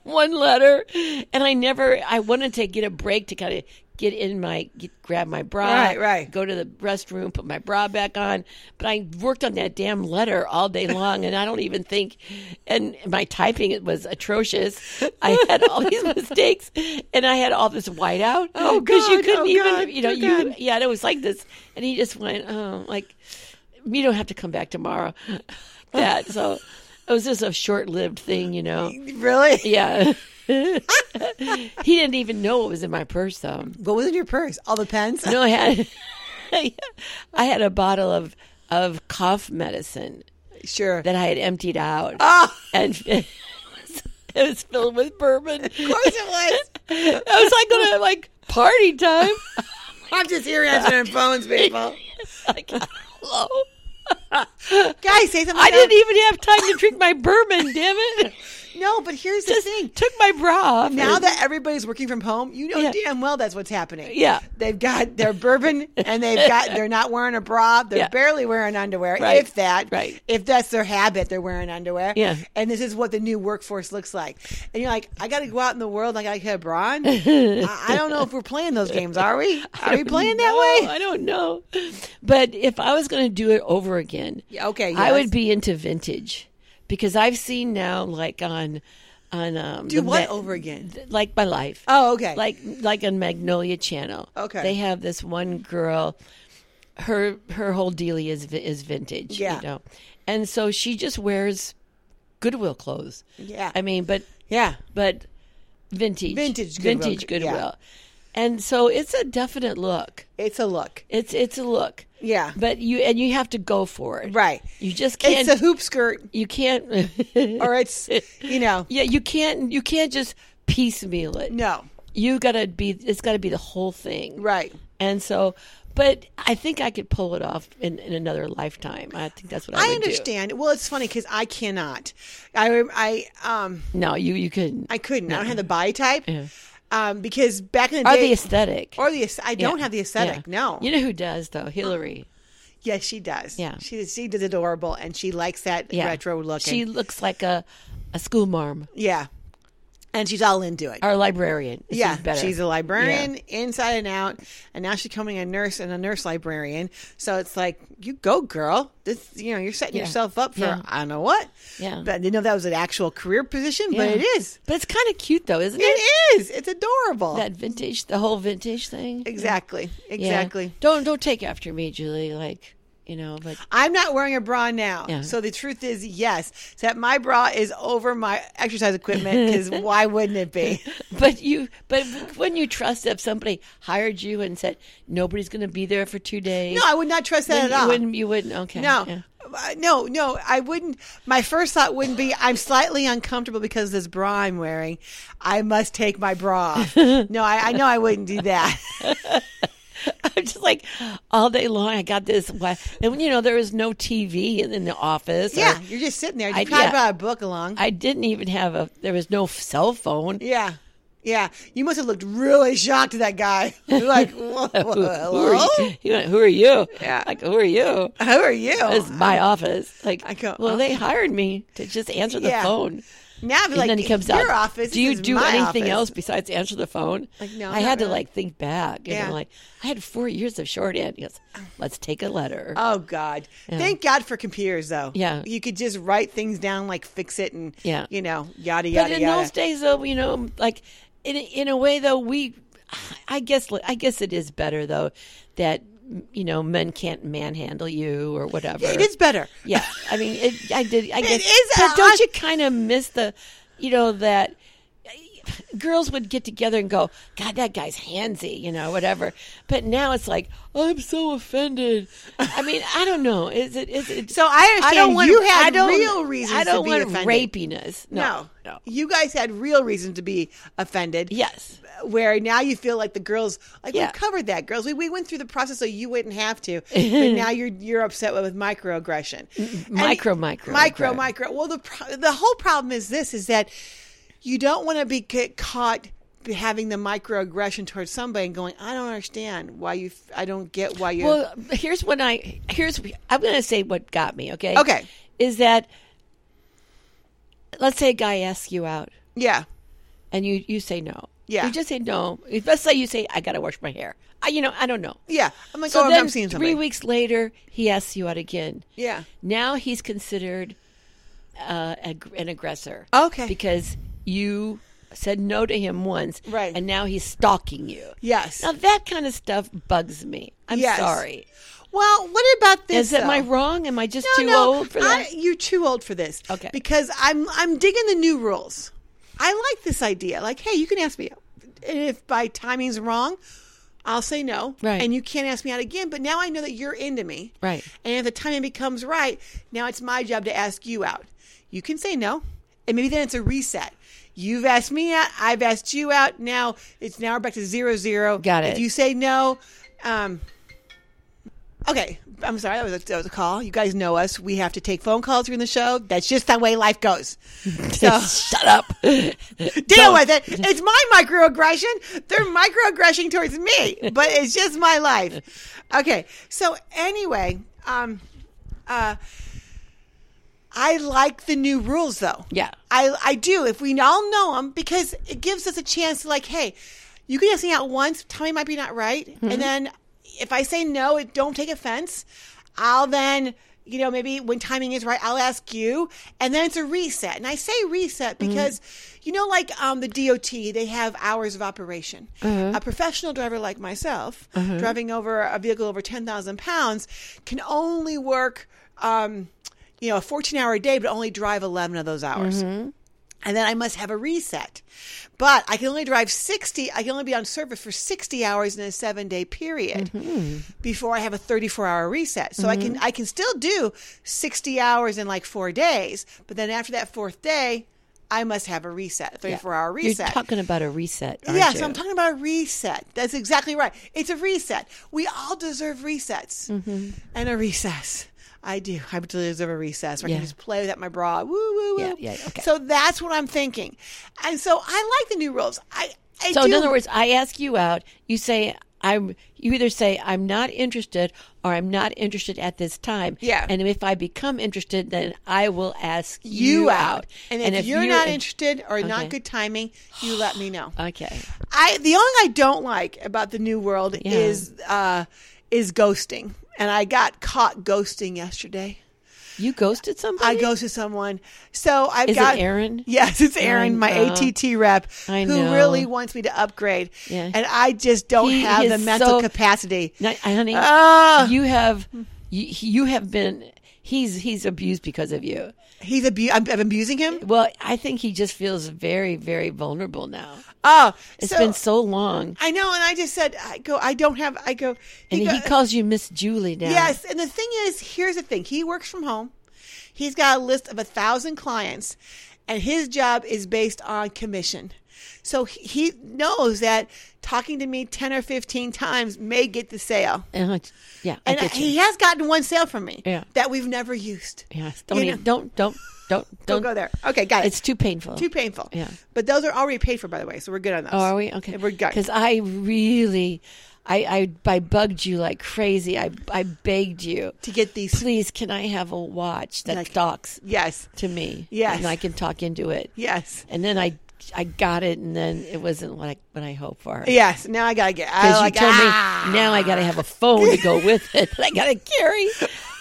[SPEAKER 2] one letter, and I never, I wanted to get a break to kind of get in my, get, grab my bra,
[SPEAKER 1] Right, right.
[SPEAKER 2] go to the restroom, put my bra back on, but I worked on that damn letter all day long, and I don't even think, and my typing it was atrocious. I had all these [LAUGHS] mistakes, and I had all this whiteout.
[SPEAKER 1] Oh,
[SPEAKER 2] you
[SPEAKER 1] God.
[SPEAKER 2] couldn't
[SPEAKER 1] Oh,
[SPEAKER 2] even,
[SPEAKER 1] God.
[SPEAKER 2] you know,
[SPEAKER 1] Oh,
[SPEAKER 2] you
[SPEAKER 1] God.
[SPEAKER 2] yeah, and it was like this, and he just went, oh, like you don't have to come back tomorrow. [LAUGHS] that so it was just a short-lived thing, you know.
[SPEAKER 1] Really?
[SPEAKER 2] Yeah. [LAUGHS] he didn't even know what was in my purse though.
[SPEAKER 1] What was in your purse? All the pens?
[SPEAKER 2] No, I had [LAUGHS] I had a bottle of of cough medicine
[SPEAKER 1] Sure.
[SPEAKER 2] that I had emptied out.
[SPEAKER 1] Ah,
[SPEAKER 2] And [LAUGHS] it was, it was filled with bourbon. [LAUGHS] Of
[SPEAKER 1] of course it was.
[SPEAKER 2] I was like going to like party time. [LAUGHS]
[SPEAKER 1] I'm just here answering phones, people.
[SPEAKER 2] like [LAUGHS] hello.
[SPEAKER 1] Guys, say something.
[SPEAKER 2] I
[SPEAKER 1] about-
[SPEAKER 2] didn't e- even have time to drink my bourbon, damn
[SPEAKER 1] [LAUGHS]
[SPEAKER 2] it. [LAUGHS]
[SPEAKER 1] No, but here's the thing.
[SPEAKER 2] Took my bra off.
[SPEAKER 1] Now
[SPEAKER 2] and-
[SPEAKER 1] that everybody's working from home, you know
[SPEAKER 2] Yeah.
[SPEAKER 1] damn well that's what's happening.
[SPEAKER 2] Yeah.
[SPEAKER 1] They've got their
[SPEAKER 2] [LAUGHS]
[SPEAKER 1] bourbon and they've got they're not wearing a bra, they're
[SPEAKER 2] Yeah.
[SPEAKER 1] barely wearing underwear
[SPEAKER 2] Right.
[SPEAKER 1] if that.
[SPEAKER 2] Right.
[SPEAKER 1] If that's their habit, they're wearing underwear.
[SPEAKER 2] Yeah.
[SPEAKER 1] And this is what the new workforce looks like. And you're like, I got to go out in the world and I got to get a bra
[SPEAKER 2] [LAUGHS]
[SPEAKER 1] on? I, I don't know if we're playing those games, are we? Are we playing that
[SPEAKER 2] No,
[SPEAKER 1] way?
[SPEAKER 2] I don't know. But if I was going to do it over again,
[SPEAKER 1] Yeah, okay,
[SPEAKER 2] I
[SPEAKER 1] yes.
[SPEAKER 2] would be into vintage because I've seen now like on on um
[SPEAKER 1] Do what over again?
[SPEAKER 2] like my life.
[SPEAKER 1] Oh, okay.
[SPEAKER 2] Like like on Magnolia Channel.
[SPEAKER 1] Okay.
[SPEAKER 2] They have this one girl her her whole dealie is vi- is vintage,
[SPEAKER 1] Yeah.
[SPEAKER 2] you know. And so she just wears Goodwill clothes.
[SPEAKER 1] Yeah.
[SPEAKER 2] I mean, but
[SPEAKER 1] yeah.
[SPEAKER 2] but vintage
[SPEAKER 1] Vintage Goodwill,
[SPEAKER 2] vintage
[SPEAKER 1] yeah.
[SPEAKER 2] goodwill and so it's a definite look
[SPEAKER 1] It's a look.
[SPEAKER 2] it's it's a look
[SPEAKER 1] Yeah.
[SPEAKER 2] but you and you have to go for it
[SPEAKER 1] Right.
[SPEAKER 2] you just can't
[SPEAKER 1] It's a hoop skirt
[SPEAKER 2] you can't [LAUGHS]
[SPEAKER 1] or it's, you know,
[SPEAKER 2] yeah you can't you can't just piecemeal it
[SPEAKER 1] no.
[SPEAKER 2] you gotta be it's gotta be the whole thing
[SPEAKER 1] Right.
[SPEAKER 2] and so but i think i could pull it off in, in another lifetime i think that's what i,
[SPEAKER 1] I
[SPEAKER 2] would do.
[SPEAKER 1] understand. Well, it's funny because I cannot. I rem- I um
[SPEAKER 2] no you you couldn't
[SPEAKER 1] I couldn't. I don't have the body type. Um, because back in the
[SPEAKER 2] or
[SPEAKER 1] day,
[SPEAKER 2] the aesthetic
[SPEAKER 1] or the aes- I don't have the aesthetic.
[SPEAKER 2] Yeah.
[SPEAKER 1] No.
[SPEAKER 2] you know who does though hillary
[SPEAKER 1] yes, she does.
[SPEAKER 2] Yeah.
[SPEAKER 1] She she does adorable, and she likes that
[SPEAKER 2] Yeah.
[SPEAKER 1] retro look.
[SPEAKER 2] She looks like a, a school mom
[SPEAKER 1] yeah, and she's all into it.
[SPEAKER 2] or a librarian. This
[SPEAKER 1] yeah,
[SPEAKER 2] is better.
[SPEAKER 1] she's a librarian inside and out, and now she's becoming a nurse and a nurse librarian. So it's like, you go, girl. This, you know, you're setting
[SPEAKER 2] Yeah.
[SPEAKER 1] yourself up for
[SPEAKER 2] Yeah.
[SPEAKER 1] I don't know what.
[SPEAKER 2] Yeah.
[SPEAKER 1] but I didn't know that was an actual career position, but
[SPEAKER 2] Yeah.
[SPEAKER 1] it is.
[SPEAKER 2] But it's kind of cute though, isn't it?
[SPEAKER 1] It is. It's adorable.
[SPEAKER 2] That vintage, the whole vintage thing.
[SPEAKER 1] exactly.
[SPEAKER 2] Yeah.
[SPEAKER 1] Exactly.
[SPEAKER 2] Don't don't take after me, Julie. Like you know, but
[SPEAKER 1] I'm not wearing a bra now.
[SPEAKER 2] Yeah.
[SPEAKER 1] So the truth is, yes, that my bra is over my exercise equipment
[SPEAKER 2] [LAUGHS]
[SPEAKER 1] because why wouldn't it be?
[SPEAKER 2] but you but wouldn't you trust if somebody hired you and said nobody's going to be there for two days?
[SPEAKER 1] No, I would not trust that
[SPEAKER 2] Wouldn't-
[SPEAKER 1] at all.
[SPEAKER 2] You wouldn't. You wouldn't. Okay.
[SPEAKER 1] No.
[SPEAKER 2] yeah. [LAUGHS]
[SPEAKER 1] Uh, No, no, I wouldn't. My first thought wouldn't be I'm slightly uncomfortable because of this bra I'm wearing. I must take my bra
[SPEAKER 2] [LAUGHS]
[SPEAKER 1] off. No, I, I know I wouldn't do that.
[SPEAKER 2] I'm just like all day long. I got this. wha- And you know, there was no TV in, in the office. or-
[SPEAKER 1] yeah, you're just sitting there. You
[SPEAKER 2] I-
[SPEAKER 1] probably
[SPEAKER 2] yeah.
[SPEAKER 1] brought a book along.
[SPEAKER 2] I didn't even have a. There was no cell phone.
[SPEAKER 1] yeah, yeah. You must have looked really shocked at that
[SPEAKER 2] [LAUGHS]
[SPEAKER 1] guy. You're like, "Whoa,
[SPEAKER 2] who, who
[SPEAKER 1] hello?
[SPEAKER 2] are you? He went, who are you?
[SPEAKER 1] Yeah.
[SPEAKER 2] Like, who are you?
[SPEAKER 1] How are you?
[SPEAKER 2] It's my office. Like,
[SPEAKER 1] I go, "Oh."
[SPEAKER 2] well, they hired me to just answer the
[SPEAKER 1] Yeah.
[SPEAKER 2] phone.
[SPEAKER 1] Now I'd be
[SPEAKER 2] And
[SPEAKER 1] like,
[SPEAKER 2] then he comes
[SPEAKER 1] your
[SPEAKER 2] out.
[SPEAKER 1] office.
[SPEAKER 2] do you
[SPEAKER 1] this is
[SPEAKER 2] do
[SPEAKER 1] my
[SPEAKER 2] anything
[SPEAKER 1] office."
[SPEAKER 2] else besides answer the phone?
[SPEAKER 1] Like, no,
[SPEAKER 2] I
[SPEAKER 1] not
[SPEAKER 2] had to
[SPEAKER 1] really.
[SPEAKER 2] like think back. And
[SPEAKER 1] Yeah.
[SPEAKER 2] I'm like, I had four years of shorthand. He goes, let's take a letter.
[SPEAKER 1] Oh God! Thank God for computers, though.
[SPEAKER 2] Yeah.
[SPEAKER 1] you could just write things down, like fix it, and
[SPEAKER 2] Yeah.
[SPEAKER 1] you know, yada
[SPEAKER 2] but
[SPEAKER 1] yada
[SPEAKER 2] in
[SPEAKER 1] yada.
[SPEAKER 2] those days, though, you know, like in in a way, though, we, I guess, I guess it is better though that you know men can't manhandle you or whatever.
[SPEAKER 1] it is better.
[SPEAKER 2] Yeah, I mean, it, I did. I guess
[SPEAKER 1] is
[SPEAKER 2] but
[SPEAKER 1] a-
[SPEAKER 2] don't you kind of miss the, you know, that girls would get together and go, God, that guy's handsy, you know, whatever. But now it's like, I'm so offended. I mean, I don't know. Is it? Is it?
[SPEAKER 1] So I understand
[SPEAKER 2] want-
[SPEAKER 1] you had
[SPEAKER 2] I don't-
[SPEAKER 1] real reasons
[SPEAKER 2] I don't
[SPEAKER 1] to be
[SPEAKER 2] want
[SPEAKER 1] offended.
[SPEAKER 2] rapiness. No,
[SPEAKER 1] No.
[SPEAKER 2] no.
[SPEAKER 1] You guys had real reason to be offended.
[SPEAKER 2] Yes.
[SPEAKER 1] Where now you feel like the girls, like
[SPEAKER 2] Yeah.
[SPEAKER 1] we covered that, girls. We, we went through the process so you wouldn't have to.
[SPEAKER 2] [LAUGHS]
[SPEAKER 1] but now you're you're upset with microaggression. And-
[SPEAKER 2] micro, micro,
[SPEAKER 1] micro,
[SPEAKER 2] aggression.
[SPEAKER 1] micro. Well, the pro- the whole problem is this: is that you don't want to be get caught having the microaggression towards somebody and going, I don't understand why you. f- I don't get why you.
[SPEAKER 2] Well, here's what I here's I'm going to say what got me. Okay.
[SPEAKER 1] Okay.
[SPEAKER 2] Is that let's say a guy asks you out
[SPEAKER 1] yeah.
[SPEAKER 2] and you you say no.
[SPEAKER 1] Yeah.
[SPEAKER 2] You just say no. Let's say you say I got to wash my hair. I, you know I don't know.
[SPEAKER 1] Yeah. I'm like,
[SPEAKER 2] So
[SPEAKER 1] oh,
[SPEAKER 2] then
[SPEAKER 1] I'm seeing somebody.
[SPEAKER 2] three weeks later he asks you out again.
[SPEAKER 1] Yeah.
[SPEAKER 2] Now he's considered uh, ag- an aggressor.
[SPEAKER 1] Okay.
[SPEAKER 2] Because you said no to him once,
[SPEAKER 1] Right.
[SPEAKER 2] And now he's stalking you.
[SPEAKER 1] Yes.
[SPEAKER 2] Now that kind of stuff bugs me. I'm
[SPEAKER 1] Yes.
[SPEAKER 2] sorry.
[SPEAKER 1] Well, what about this?
[SPEAKER 2] Is that
[SPEAKER 1] though?
[SPEAKER 2] my wrong? Am I just
[SPEAKER 1] No,
[SPEAKER 2] too
[SPEAKER 1] no,
[SPEAKER 2] old for
[SPEAKER 1] I-
[SPEAKER 2] that?
[SPEAKER 1] you're too old for this.
[SPEAKER 2] Okay.
[SPEAKER 1] Because I'm I'm digging the new rules. I like this idea. Like, hey, you can ask me out. And if by timing's wrong, I'll say no.
[SPEAKER 2] Right.
[SPEAKER 1] And you can't ask me out again. But now I know that you're into me.
[SPEAKER 2] Right.
[SPEAKER 1] And if the timing becomes right, now it's my job to ask you out. You can say no. And maybe then it's a reset. You've asked me out. I've asked you out. Now it's now we're back to zero zero.
[SPEAKER 2] Got it.
[SPEAKER 1] If you say no, um, Okay, I'm sorry. That was, a, that was a call. You guys know us. We have to take phone calls during the show. That's just the way life goes. So
[SPEAKER 2] [LAUGHS] Shut up. Deal
[SPEAKER 1] deal with it. It's my microaggression. They're microaggression towards me, but it's just my life. Okay, so anyway, um, uh, I like the new rules though.
[SPEAKER 2] Yeah.
[SPEAKER 1] I I do. If we all know them, because it gives us a chance to like, hey, you can ask me out once. Tell me might be not right, and then if I say no, it don't take offense. I'll then. You know, maybe when timing is right, I'll ask you, and then it's a reset. And I say reset because, you know, like um, the DOT, they have hours of operation. A professional driver like myself, driving over a vehicle over ten thousand pounds, can only work um, you know, a 14 hour day, but only drive 11 of those hours. And then I must have a reset. But I can only drive 60, I can only be on service for 60 hours in a seven day period before I have a 34 hour reset. So I can, I can still do 60 hours in like four days. But then after that fourth day, I must have a reset, 34 hour reset.
[SPEAKER 2] You're talking about a reset, aren't
[SPEAKER 1] Yeah,
[SPEAKER 2] you?
[SPEAKER 1] so I'm talking about a reset. That's exactly right. It's a reset. We all deserve resets
[SPEAKER 2] Mm-hmm.
[SPEAKER 1] and a recess. I do. I deserve a recess where I
[SPEAKER 2] Yeah.
[SPEAKER 1] can just play without my bra. Woo, woo, woo.
[SPEAKER 2] Yeah, yeah, okay.
[SPEAKER 1] So that's what I'm thinking. And so I like the new rules. I, I
[SPEAKER 2] So
[SPEAKER 1] do.
[SPEAKER 2] in other words, I ask you out. You say I'm. You either say I'm not interested or I'm not interested at this time.
[SPEAKER 1] Yeah.
[SPEAKER 2] And if I become interested, then I will ask you,
[SPEAKER 1] you out. And if, you're not interested or
[SPEAKER 2] Okay. Uh,
[SPEAKER 1] not good timing, you let me know.
[SPEAKER 2] okay.
[SPEAKER 1] I the only thing I don't like about the new world
[SPEAKER 2] Yeah.
[SPEAKER 1] is uh, is ghosting. And I got caught ghosting yesterday.
[SPEAKER 2] You ghosted somebody.
[SPEAKER 1] I go to someone. So I've
[SPEAKER 2] Is it
[SPEAKER 1] got
[SPEAKER 2] Aaron?
[SPEAKER 1] [LAUGHS] Yes, it's Aaron, my
[SPEAKER 2] know.
[SPEAKER 1] ATT rep,
[SPEAKER 2] I
[SPEAKER 1] who
[SPEAKER 2] know.
[SPEAKER 1] really wants me to upgrade.
[SPEAKER 2] Yeah.
[SPEAKER 1] And I just don't
[SPEAKER 2] He
[SPEAKER 1] have the
[SPEAKER 2] is
[SPEAKER 1] mental
[SPEAKER 2] so-
[SPEAKER 1] capacity.
[SPEAKER 2] No, honey,
[SPEAKER 1] Ah.
[SPEAKER 2] you have. You, you have been. He's he's abused because of you.
[SPEAKER 1] He's abu- I'm, I'm abusing him.
[SPEAKER 2] Well, I think he just feels very very vulnerable now.
[SPEAKER 1] Oh,
[SPEAKER 2] It's
[SPEAKER 1] so
[SPEAKER 2] been so long.
[SPEAKER 1] I know, and I just said, I go. I don't have. I go.
[SPEAKER 2] And
[SPEAKER 1] go-
[SPEAKER 2] he calls you Miss Julie now.
[SPEAKER 1] Yes, and the thing is, here's the thing: he works from home. He's got a list of a thousand clients, and his job is based on commission. So he- he knows that talking to me ten or fifteen times may get the sale.
[SPEAKER 2] Uh, yeah, I
[SPEAKER 1] And
[SPEAKER 2] get you.
[SPEAKER 1] he has gotten one sale from me
[SPEAKER 2] Yeah.
[SPEAKER 1] that we've never used.
[SPEAKER 2] Yes. Don't
[SPEAKER 1] You
[SPEAKER 2] even,
[SPEAKER 1] know-
[SPEAKER 2] don't don't don't
[SPEAKER 1] [LAUGHS] Don't
[SPEAKER 2] don't
[SPEAKER 1] go there. Okay, got it.
[SPEAKER 2] It's too painful.
[SPEAKER 1] too painful.
[SPEAKER 2] Yeah.
[SPEAKER 1] But those are already paid for, by the way, so we're good on those.
[SPEAKER 2] oh, are we okay?
[SPEAKER 1] We're good.
[SPEAKER 2] Because I really, I, I I bugged you like crazy. I I begged you.
[SPEAKER 1] To get these.
[SPEAKER 2] Please, can I have a watch that
[SPEAKER 1] Like-
[SPEAKER 2] talks
[SPEAKER 1] Yes.
[SPEAKER 2] to me?
[SPEAKER 1] Yes.
[SPEAKER 2] and I can talk into it.
[SPEAKER 1] Yes.
[SPEAKER 2] And then I I got it, and then it wasn't what I what I hoped for.
[SPEAKER 1] Yes. Now I gotta get. I
[SPEAKER 2] Because
[SPEAKER 1] like.
[SPEAKER 2] you told
[SPEAKER 1] ah!
[SPEAKER 2] me now I got to have a phone to go with it. [LAUGHS] I got to carry.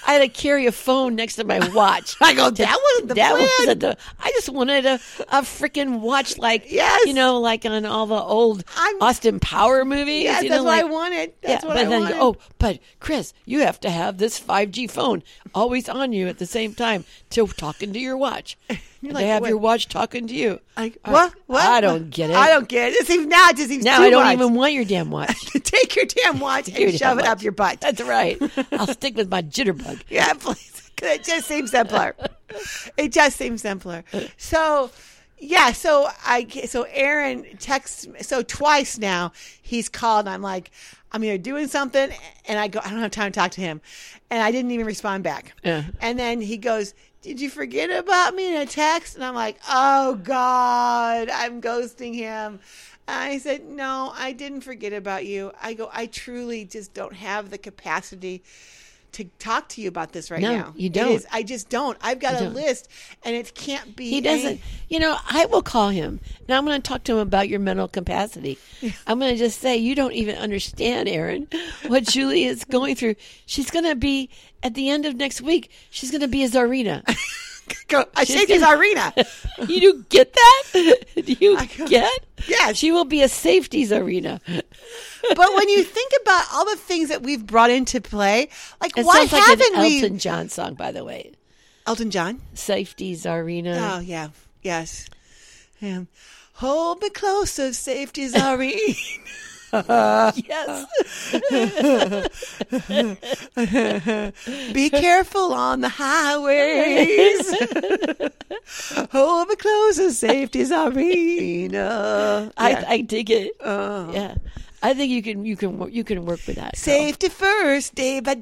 [SPEAKER 2] I had to carry a phone next to my watch.
[SPEAKER 1] [LAUGHS] I go, "That wasn't the
[SPEAKER 2] that
[SPEAKER 1] plan."
[SPEAKER 2] wasn't the- I just wanted a, a freaking watch like,
[SPEAKER 1] Yes.
[SPEAKER 2] you know, like on all the old
[SPEAKER 1] I'm-
[SPEAKER 2] Austin Power movies.
[SPEAKER 1] Yes,
[SPEAKER 2] you
[SPEAKER 1] that's
[SPEAKER 2] know,
[SPEAKER 1] what I
[SPEAKER 2] like-
[SPEAKER 1] wanted. That's
[SPEAKER 2] yeah,
[SPEAKER 1] what
[SPEAKER 2] but
[SPEAKER 1] I
[SPEAKER 2] then
[SPEAKER 1] wanted.
[SPEAKER 2] You, oh, but Chris, you have to have this 5G phone always on you at the same time to talking to your watch.
[SPEAKER 1] [LAUGHS] You're
[SPEAKER 2] they
[SPEAKER 1] like,
[SPEAKER 2] have
[SPEAKER 1] wait.
[SPEAKER 2] your watch talking to you.
[SPEAKER 1] Like,
[SPEAKER 2] I-
[SPEAKER 1] what? What?
[SPEAKER 2] I don't get it.
[SPEAKER 1] I don't get it. It's even now. It just seems
[SPEAKER 2] Now
[SPEAKER 1] too
[SPEAKER 2] I don't
[SPEAKER 1] much.
[SPEAKER 2] even want your damn watch.
[SPEAKER 1] [LAUGHS] Take your damn watch and
[SPEAKER 2] Your damn
[SPEAKER 1] shove it up
[SPEAKER 2] watch.
[SPEAKER 1] your butt.
[SPEAKER 2] [LAUGHS] That's right. I'll stick with my jitterbug.
[SPEAKER 1] [LAUGHS] Yeah, please. 'Cause it just seems simpler. it just seems simpler. So, yeah. So I ca- so Aaron texts me- so twice now. He's called. And I'm like, I'm either doing something, and I go, I don't have time to talk to him, and I didn't even respond back.
[SPEAKER 2] Yeah.
[SPEAKER 1] And then he goes. Did you forget about me in a text? And I'm like, oh God, I'm ghosting him. I said, no, I didn't forget about you. I go, I truly just don't have the capacity to talk to you about this right
[SPEAKER 2] No,
[SPEAKER 1] now.
[SPEAKER 2] you
[SPEAKER 1] It
[SPEAKER 2] don't.
[SPEAKER 1] is- I just don't. I've got a
[SPEAKER 2] don't.
[SPEAKER 1] list, and it can't be.
[SPEAKER 2] He doesn't.
[SPEAKER 1] any-
[SPEAKER 2] You know, I will call him and I'm going to talk to him about your mental capacity. I'm going to just say, you don't even understand, Aaron,
[SPEAKER 1] [LAUGHS]
[SPEAKER 2] what Julie is going through. She's going to be, at the end of next week, she's going to be
[SPEAKER 1] [LAUGHS]
[SPEAKER 2] a Tsarina.
[SPEAKER 1] go. I shake his
[SPEAKER 2] gonna- [LAUGHS]
[SPEAKER 1] arena.
[SPEAKER 2] you do get that? Do you
[SPEAKER 1] got-
[SPEAKER 2] get?
[SPEAKER 1] Yes.
[SPEAKER 2] She will be a safeties arena.
[SPEAKER 1] but when you think about all the things that we've brought into play, like
[SPEAKER 2] It
[SPEAKER 1] why
[SPEAKER 2] sounds like
[SPEAKER 1] haven't
[SPEAKER 2] an Elton
[SPEAKER 1] we?
[SPEAKER 2] John song, by the way.
[SPEAKER 1] Elton John.
[SPEAKER 2] Safeties arena.
[SPEAKER 1] Oh yeah, yes. Yeah. Hold me close, of
[SPEAKER 2] [LAUGHS]
[SPEAKER 1] safety's arena.
[SPEAKER 2] Yes.
[SPEAKER 1] Be careful on the
[SPEAKER 2] [LAUGHS]
[SPEAKER 1] highways. Hold me close, of safety's arena.
[SPEAKER 2] I,
[SPEAKER 1] Yeah.
[SPEAKER 2] I dig it.
[SPEAKER 1] Oh.
[SPEAKER 2] Yeah. I think you can you can wo- you can work with that. girl.
[SPEAKER 1] Safety first, day by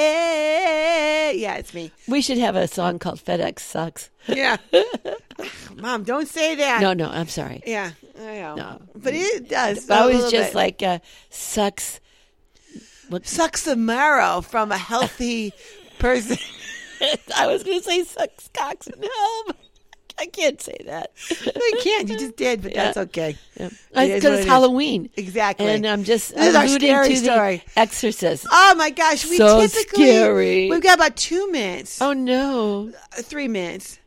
[SPEAKER 1] day. Yeah, it's me.
[SPEAKER 2] We should have a song called FedEx Sucks.
[SPEAKER 1] Yeah.
[SPEAKER 2] [LAUGHS]
[SPEAKER 1] Mom, don't say that.
[SPEAKER 2] No, no, I'm sorry.
[SPEAKER 1] Yeah, I know.
[SPEAKER 2] No.
[SPEAKER 1] But it does.
[SPEAKER 2] I
[SPEAKER 1] a
[SPEAKER 2] was
[SPEAKER 1] little
[SPEAKER 2] just
[SPEAKER 1] bit.
[SPEAKER 2] like uh, sucks. [LAUGHS]
[SPEAKER 1] sucks the marrow from a
[SPEAKER 2] [LAUGHS]
[SPEAKER 1] healthy person.
[SPEAKER 2] I was going to say sucks cocks and helm. I can't say that.
[SPEAKER 1] I
[SPEAKER 2] [LAUGHS]
[SPEAKER 1] can't. You just did, but that's okay. It is
[SPEAKER 2] Because
[SPEAKER 1] what it
[SPEAKER 2] it's
[SPEAKER 1] is.
[SPEAKER 2] Halloween.
[SPEAKER 1] Exactly.
[SPEAKER 2] And I'm just
[SPEAKER 1] This is our
[SPEAKER 2] alluding
[SPEAKER 1] scary
[SPEAKER 2] to
[SPEAKER 1] story.
[SPEAKER 2] the Exorcist.
[SPEAKER 1] Oh my gosh, we
[SPEAKER 2] So
[SPEAKER 1] typically
[SPEAKER 2] scary.
[SPEAKER 1] we've got about two minutes,
[SPEAKER 2] Oh no!
[SPEAKER 1] uh, three minutes.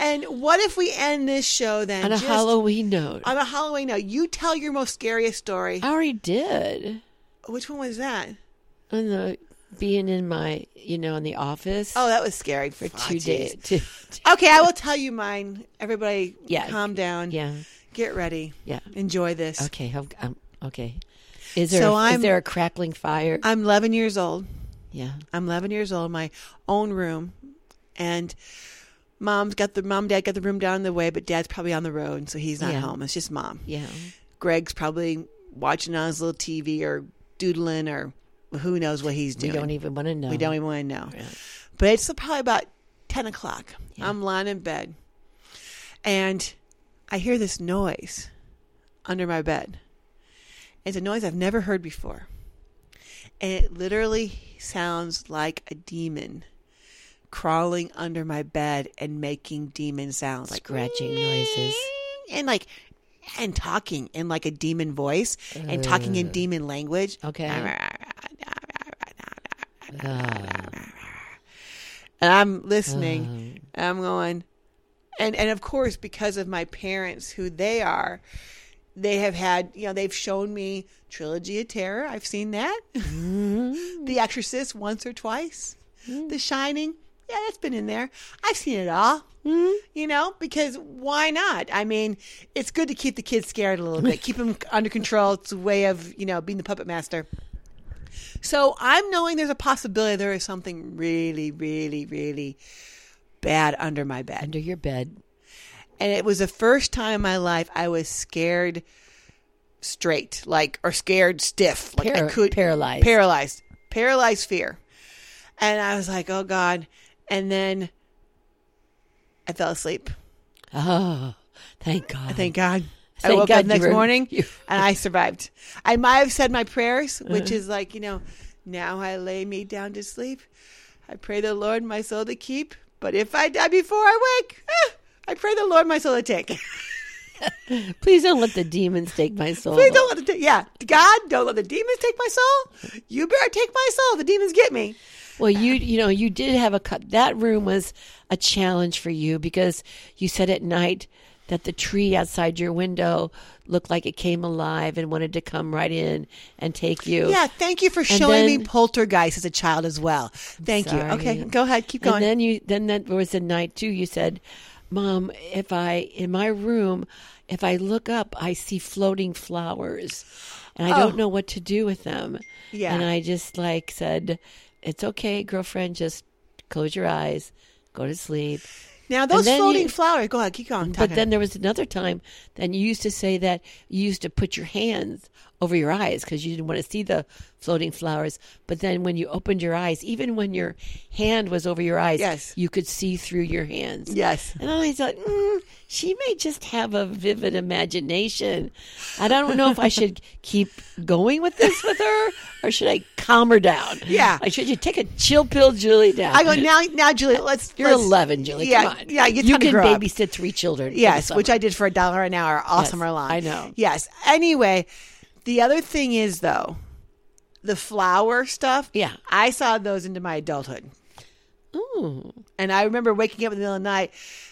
[SPEAKER 1] And what if we end this show then
[SPEAKER 2] On a
[SPEAKER 1] just
[SPEAKER 2] Halloween note,
[SPEAKER 1] on a Halloween? Now you tell your most scariest story.
[SPEAKER 2] I already did.
[SPEAKER 1] Which one was that?
[SPEAKER 2] On the being in my, you know, in the office
[SPEAKER 1] Oh, that was scary for
[SPEAKER 2] for
[SPEAKER 1] two
[SPEAKER 2] two days. [LAUGHS] two- two-
[SPEAKER 1] Okay, I will tell you mine. Everybody,
[SPEAKER 2] Yeah.
[SPEAKER 1] calm down.
[SPEAKER 2] yeah,
[SPEAKER 1] Get ready.
[SPEAKER 2] yeah.
[SPEAKER 1] Enjoy this.
[SPEAKER 2] Okay, I'm, I'm- okay. Is there
[SPEAKER 1] So
[SPEAKER 2] a-
[SPEAKER 1] I'm-
[SPEAKER 2] is there a crackling fire?
[SPEAKER 1] I'm 11 years old.
[SPEAKER 2] yeah.
[SPEAKER 1] I'm 11 years old, my own room. And mom's got the mom, and dad got the room down the way, but dad's probably on the road, so he's not
[SPEAKER 2] Yeah.
[SPEAKER 1] home. It's just mom.
[SPEAKER 2] Yeah.
[SPEAKER 1] Greg's probably watching on his little TV or doodling or who knows what he's
[SPEAKER 2] We
[SPEAKER 1] doing.
[SPEAKER 2] don't even want to know.
[SPEAKER 1] We don't even want to know.
[SPEAKER 2] Yeah.
[SPEAKER 1] But it's probably about 10 o'clock. I'm lying in bed. And I hear this noise under my bed. It's a noise I've never heard before. And it literally sounds like a demon crawling under my bed and making demon sounds like
[SPEAKER 2] Scratching noises.
[SPEAKER 1] and like and talking in like a demon voice and talking in demon language.
[SPEAKER 2] Okay.
[SPEAKER 1] and I'm listening. and I'm going, and and of course because of my parents, who they are, they have had you know they've shown me Trilogy of Terror. I've seen that, [LAUGHS] The Exorcist once or twice, The Shining. Yeah, that's been in there. I've seen it all. You know, because why not? I mean, it's good to keep the kids scared a little bit, keep them [LAUGHS] under control. It's a way of you know being the puppet master. So I'm knowing there's a possibility there is something really, really, really bad under my bed.
[SPEAKER 2] Under your bed.
[SPEAKER 1] And it was the first time in my life I was scared straight, like, or scared stiff. Like, I
[SPEAKER 2] Para-
[SPEAKER 1] could.
[SPEAKER 2] paralyzed.
[SPEAKER 1] Paralyzed. Paralyzed fear. And I was like, oh God. And then I fell asleep.
[SPEAKER 2] Oh, thank God.
[SPEAKER 1] Thank God. I
[SPEAKER 2] Thank
[SPEAKER 1] woke
[SPEAKER 2] God
[SPEAKER 1] up
[SPEAKER 2] you
[SPEAKER 1] next
[SPEAKER 2] were-
[SPEAKER 1] morning
[SPEAKER 2] you-
[SPEAKER 1] and I survived. I might have said my prayers, which
[SPEAKER 2] Uh-huh.
[SPEAKER 1] is like, you know, now I lay me down to sleep. I pray the Lord my soul to keep, but if I die before I wake, ah, I pray the Lord my soul to take.
[SPEAKER 2] Please don't let the demons take my soul.
[SPEAKER 1] Please don't let the de- yeah, God, don't let the demons take my soul. You better take my soul. The demons get me.
[SPEAKER 2] Well, you you know you did have a cut. That room was a challenge for you because you said at night that the tree outside your window looked like it came alive and wanted to come right in and take you.
[SPEAKER 1] Yeah, thank you for showing me
[SPEAKER 2] then-
[SPEAKER 1] poltergeist as a child as well. Thank you.
[SPEAKER 2] Sorry.
[SPEAKER 1] Okay, go ahead, keep going.
[SPEAKER 2] And then you then that was the night too. You said Mom, if I in my room, if I look up, I see floating flowers, and I
[SPEAKER 1] Oh.
[SPEAKER 2] don't know what to do with them.
[SPEAKER 1] Yeah.
[SPEAKER 2] and I just like said, "It's okay, girlfriend. Just close your eyes, go to sleep."
[SPEAKER 1] Now those
[SPEAKER 2] then
[SPEAKER 1] floating
[SPEAKER 2] you-
[SPEAKER 1] flowers. Go ahead, keep going.
[SPEAKER 2] But then there was another time that you used to say that you used to put your hands over your eyes because you didn't want to see the floating flowers. But then when you opened your eyes, even when your hand was over your eyes,
[SPEAKER 1] Yes.
[SPEAKER 2] you could see through your hands.
[SPEAKER 1] yes,
[SPEAKER 2] And I thought, mm, she may just have a vivid imagination. I don't know if I should keep going with this with her or should I calm her down?
[SPEAKER 1] Yeah.
[SPEAKER 2] Like, should you take a chill pill, Julie, down?
[SPEAKER 1] I go now. Now, Julie, let's.
[SPEAKER 2] You're
[SPEAKER 1] let's-
[SPEAKER 2] 11, Julie.
[SPEAKER 1] Yeah,
[SPEAKER 2] Come on.
[SPEAKER 1] yeah. You,
[SPEAKER 2] You can
[SPEAKER 1] baby.
[SPEAKER 2] babysit three children. for the
[SPEAKER 1] Yes, which
[SPEAKER 2] summer.
[SPEAKER 1] I did for a dollar an hour all
[SPEAKER 2] Yes,
[SPEAKER 1] summer long.
[SPEAKER 2] I know.
[SPEAKER 1] Yes. Anyway, the other thing is though, the flower stuff.
[SPEAKER 2] Yeah.
[SPEAKER 1] I saw those into my adulthood, Hmm.
[SPEAKER 2] Ooh.
[SPEAKER 1] and I remember waking up in the middle of the night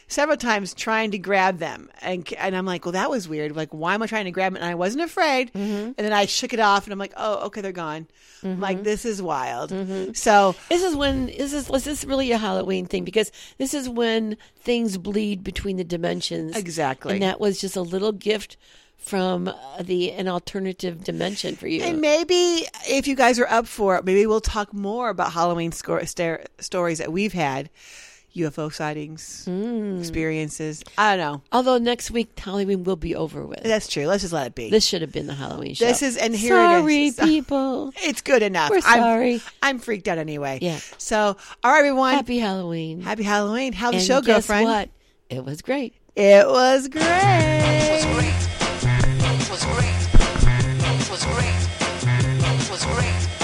[SPEAKER 1] several times trying to grab them, and and I'm like, well, that was weird. Like, why am I trying to grab it? And I wasn't afraid,
[SPEAKER 2] Mm-hmm.
[SPEAKER 1] and then I shook it off, and I'm like, oh, okay, they're gone. I'm like, this is wild.
[SPEAKER 2] Mm-hmm.
[SPEAKER 1] So
[SPEAKER 2] This is when is this was this really a Halloween thing because this is when things bleed between the dimensions
[SPEAKER 1] Exactly.
[SPEAKER 2] and that was just a little gift from uh, the an alternative dimension for you.
[SPEAKER 1] And maybe if you guys are up for it, maybe we'll talk more about Halloween score, stare, stories that we've had, UFO sightings,
[SPEAKER 2] Mm.
[SPEAKER 1] experiences. I don't know.
[SPEAKER 2] Although next week Halloween will be over with.
[SPEAKER 1] That's true. Let's just let it be.
[SPEAKER 2] This should have been the Halloween show.
[SPEAKER 1] This is- and here it
[SPEAKER 2] sorry,
[SPEAKER 1] [LAUGHS] is.
[SPEAKER 2] people.
[SPEAKER 1] it's good enough.
[SPEAKER 2] We're
[SPEAKER 1] I'm-
[SPEAKER 2] sorry.
[SPEAKER 1] I'm, freaked out anyway.
[SPEAKER 2] Yeah.
[SPEAKER 1] So, all right, everyone. Happy,
[SPEAKER 2] Happy Halloween.
[SPEAKER 1] Halloween. How the
[SPEAKER 2] and
[SPEAKER 1] show,
[SPEAKER 2] guess
[SPEAKER 1] girlfriend?
[SPEAKER 2] what? It was great.
[SPEAKER 1] It was great.
[SPEAKER 3] was great. was great. was great. was great.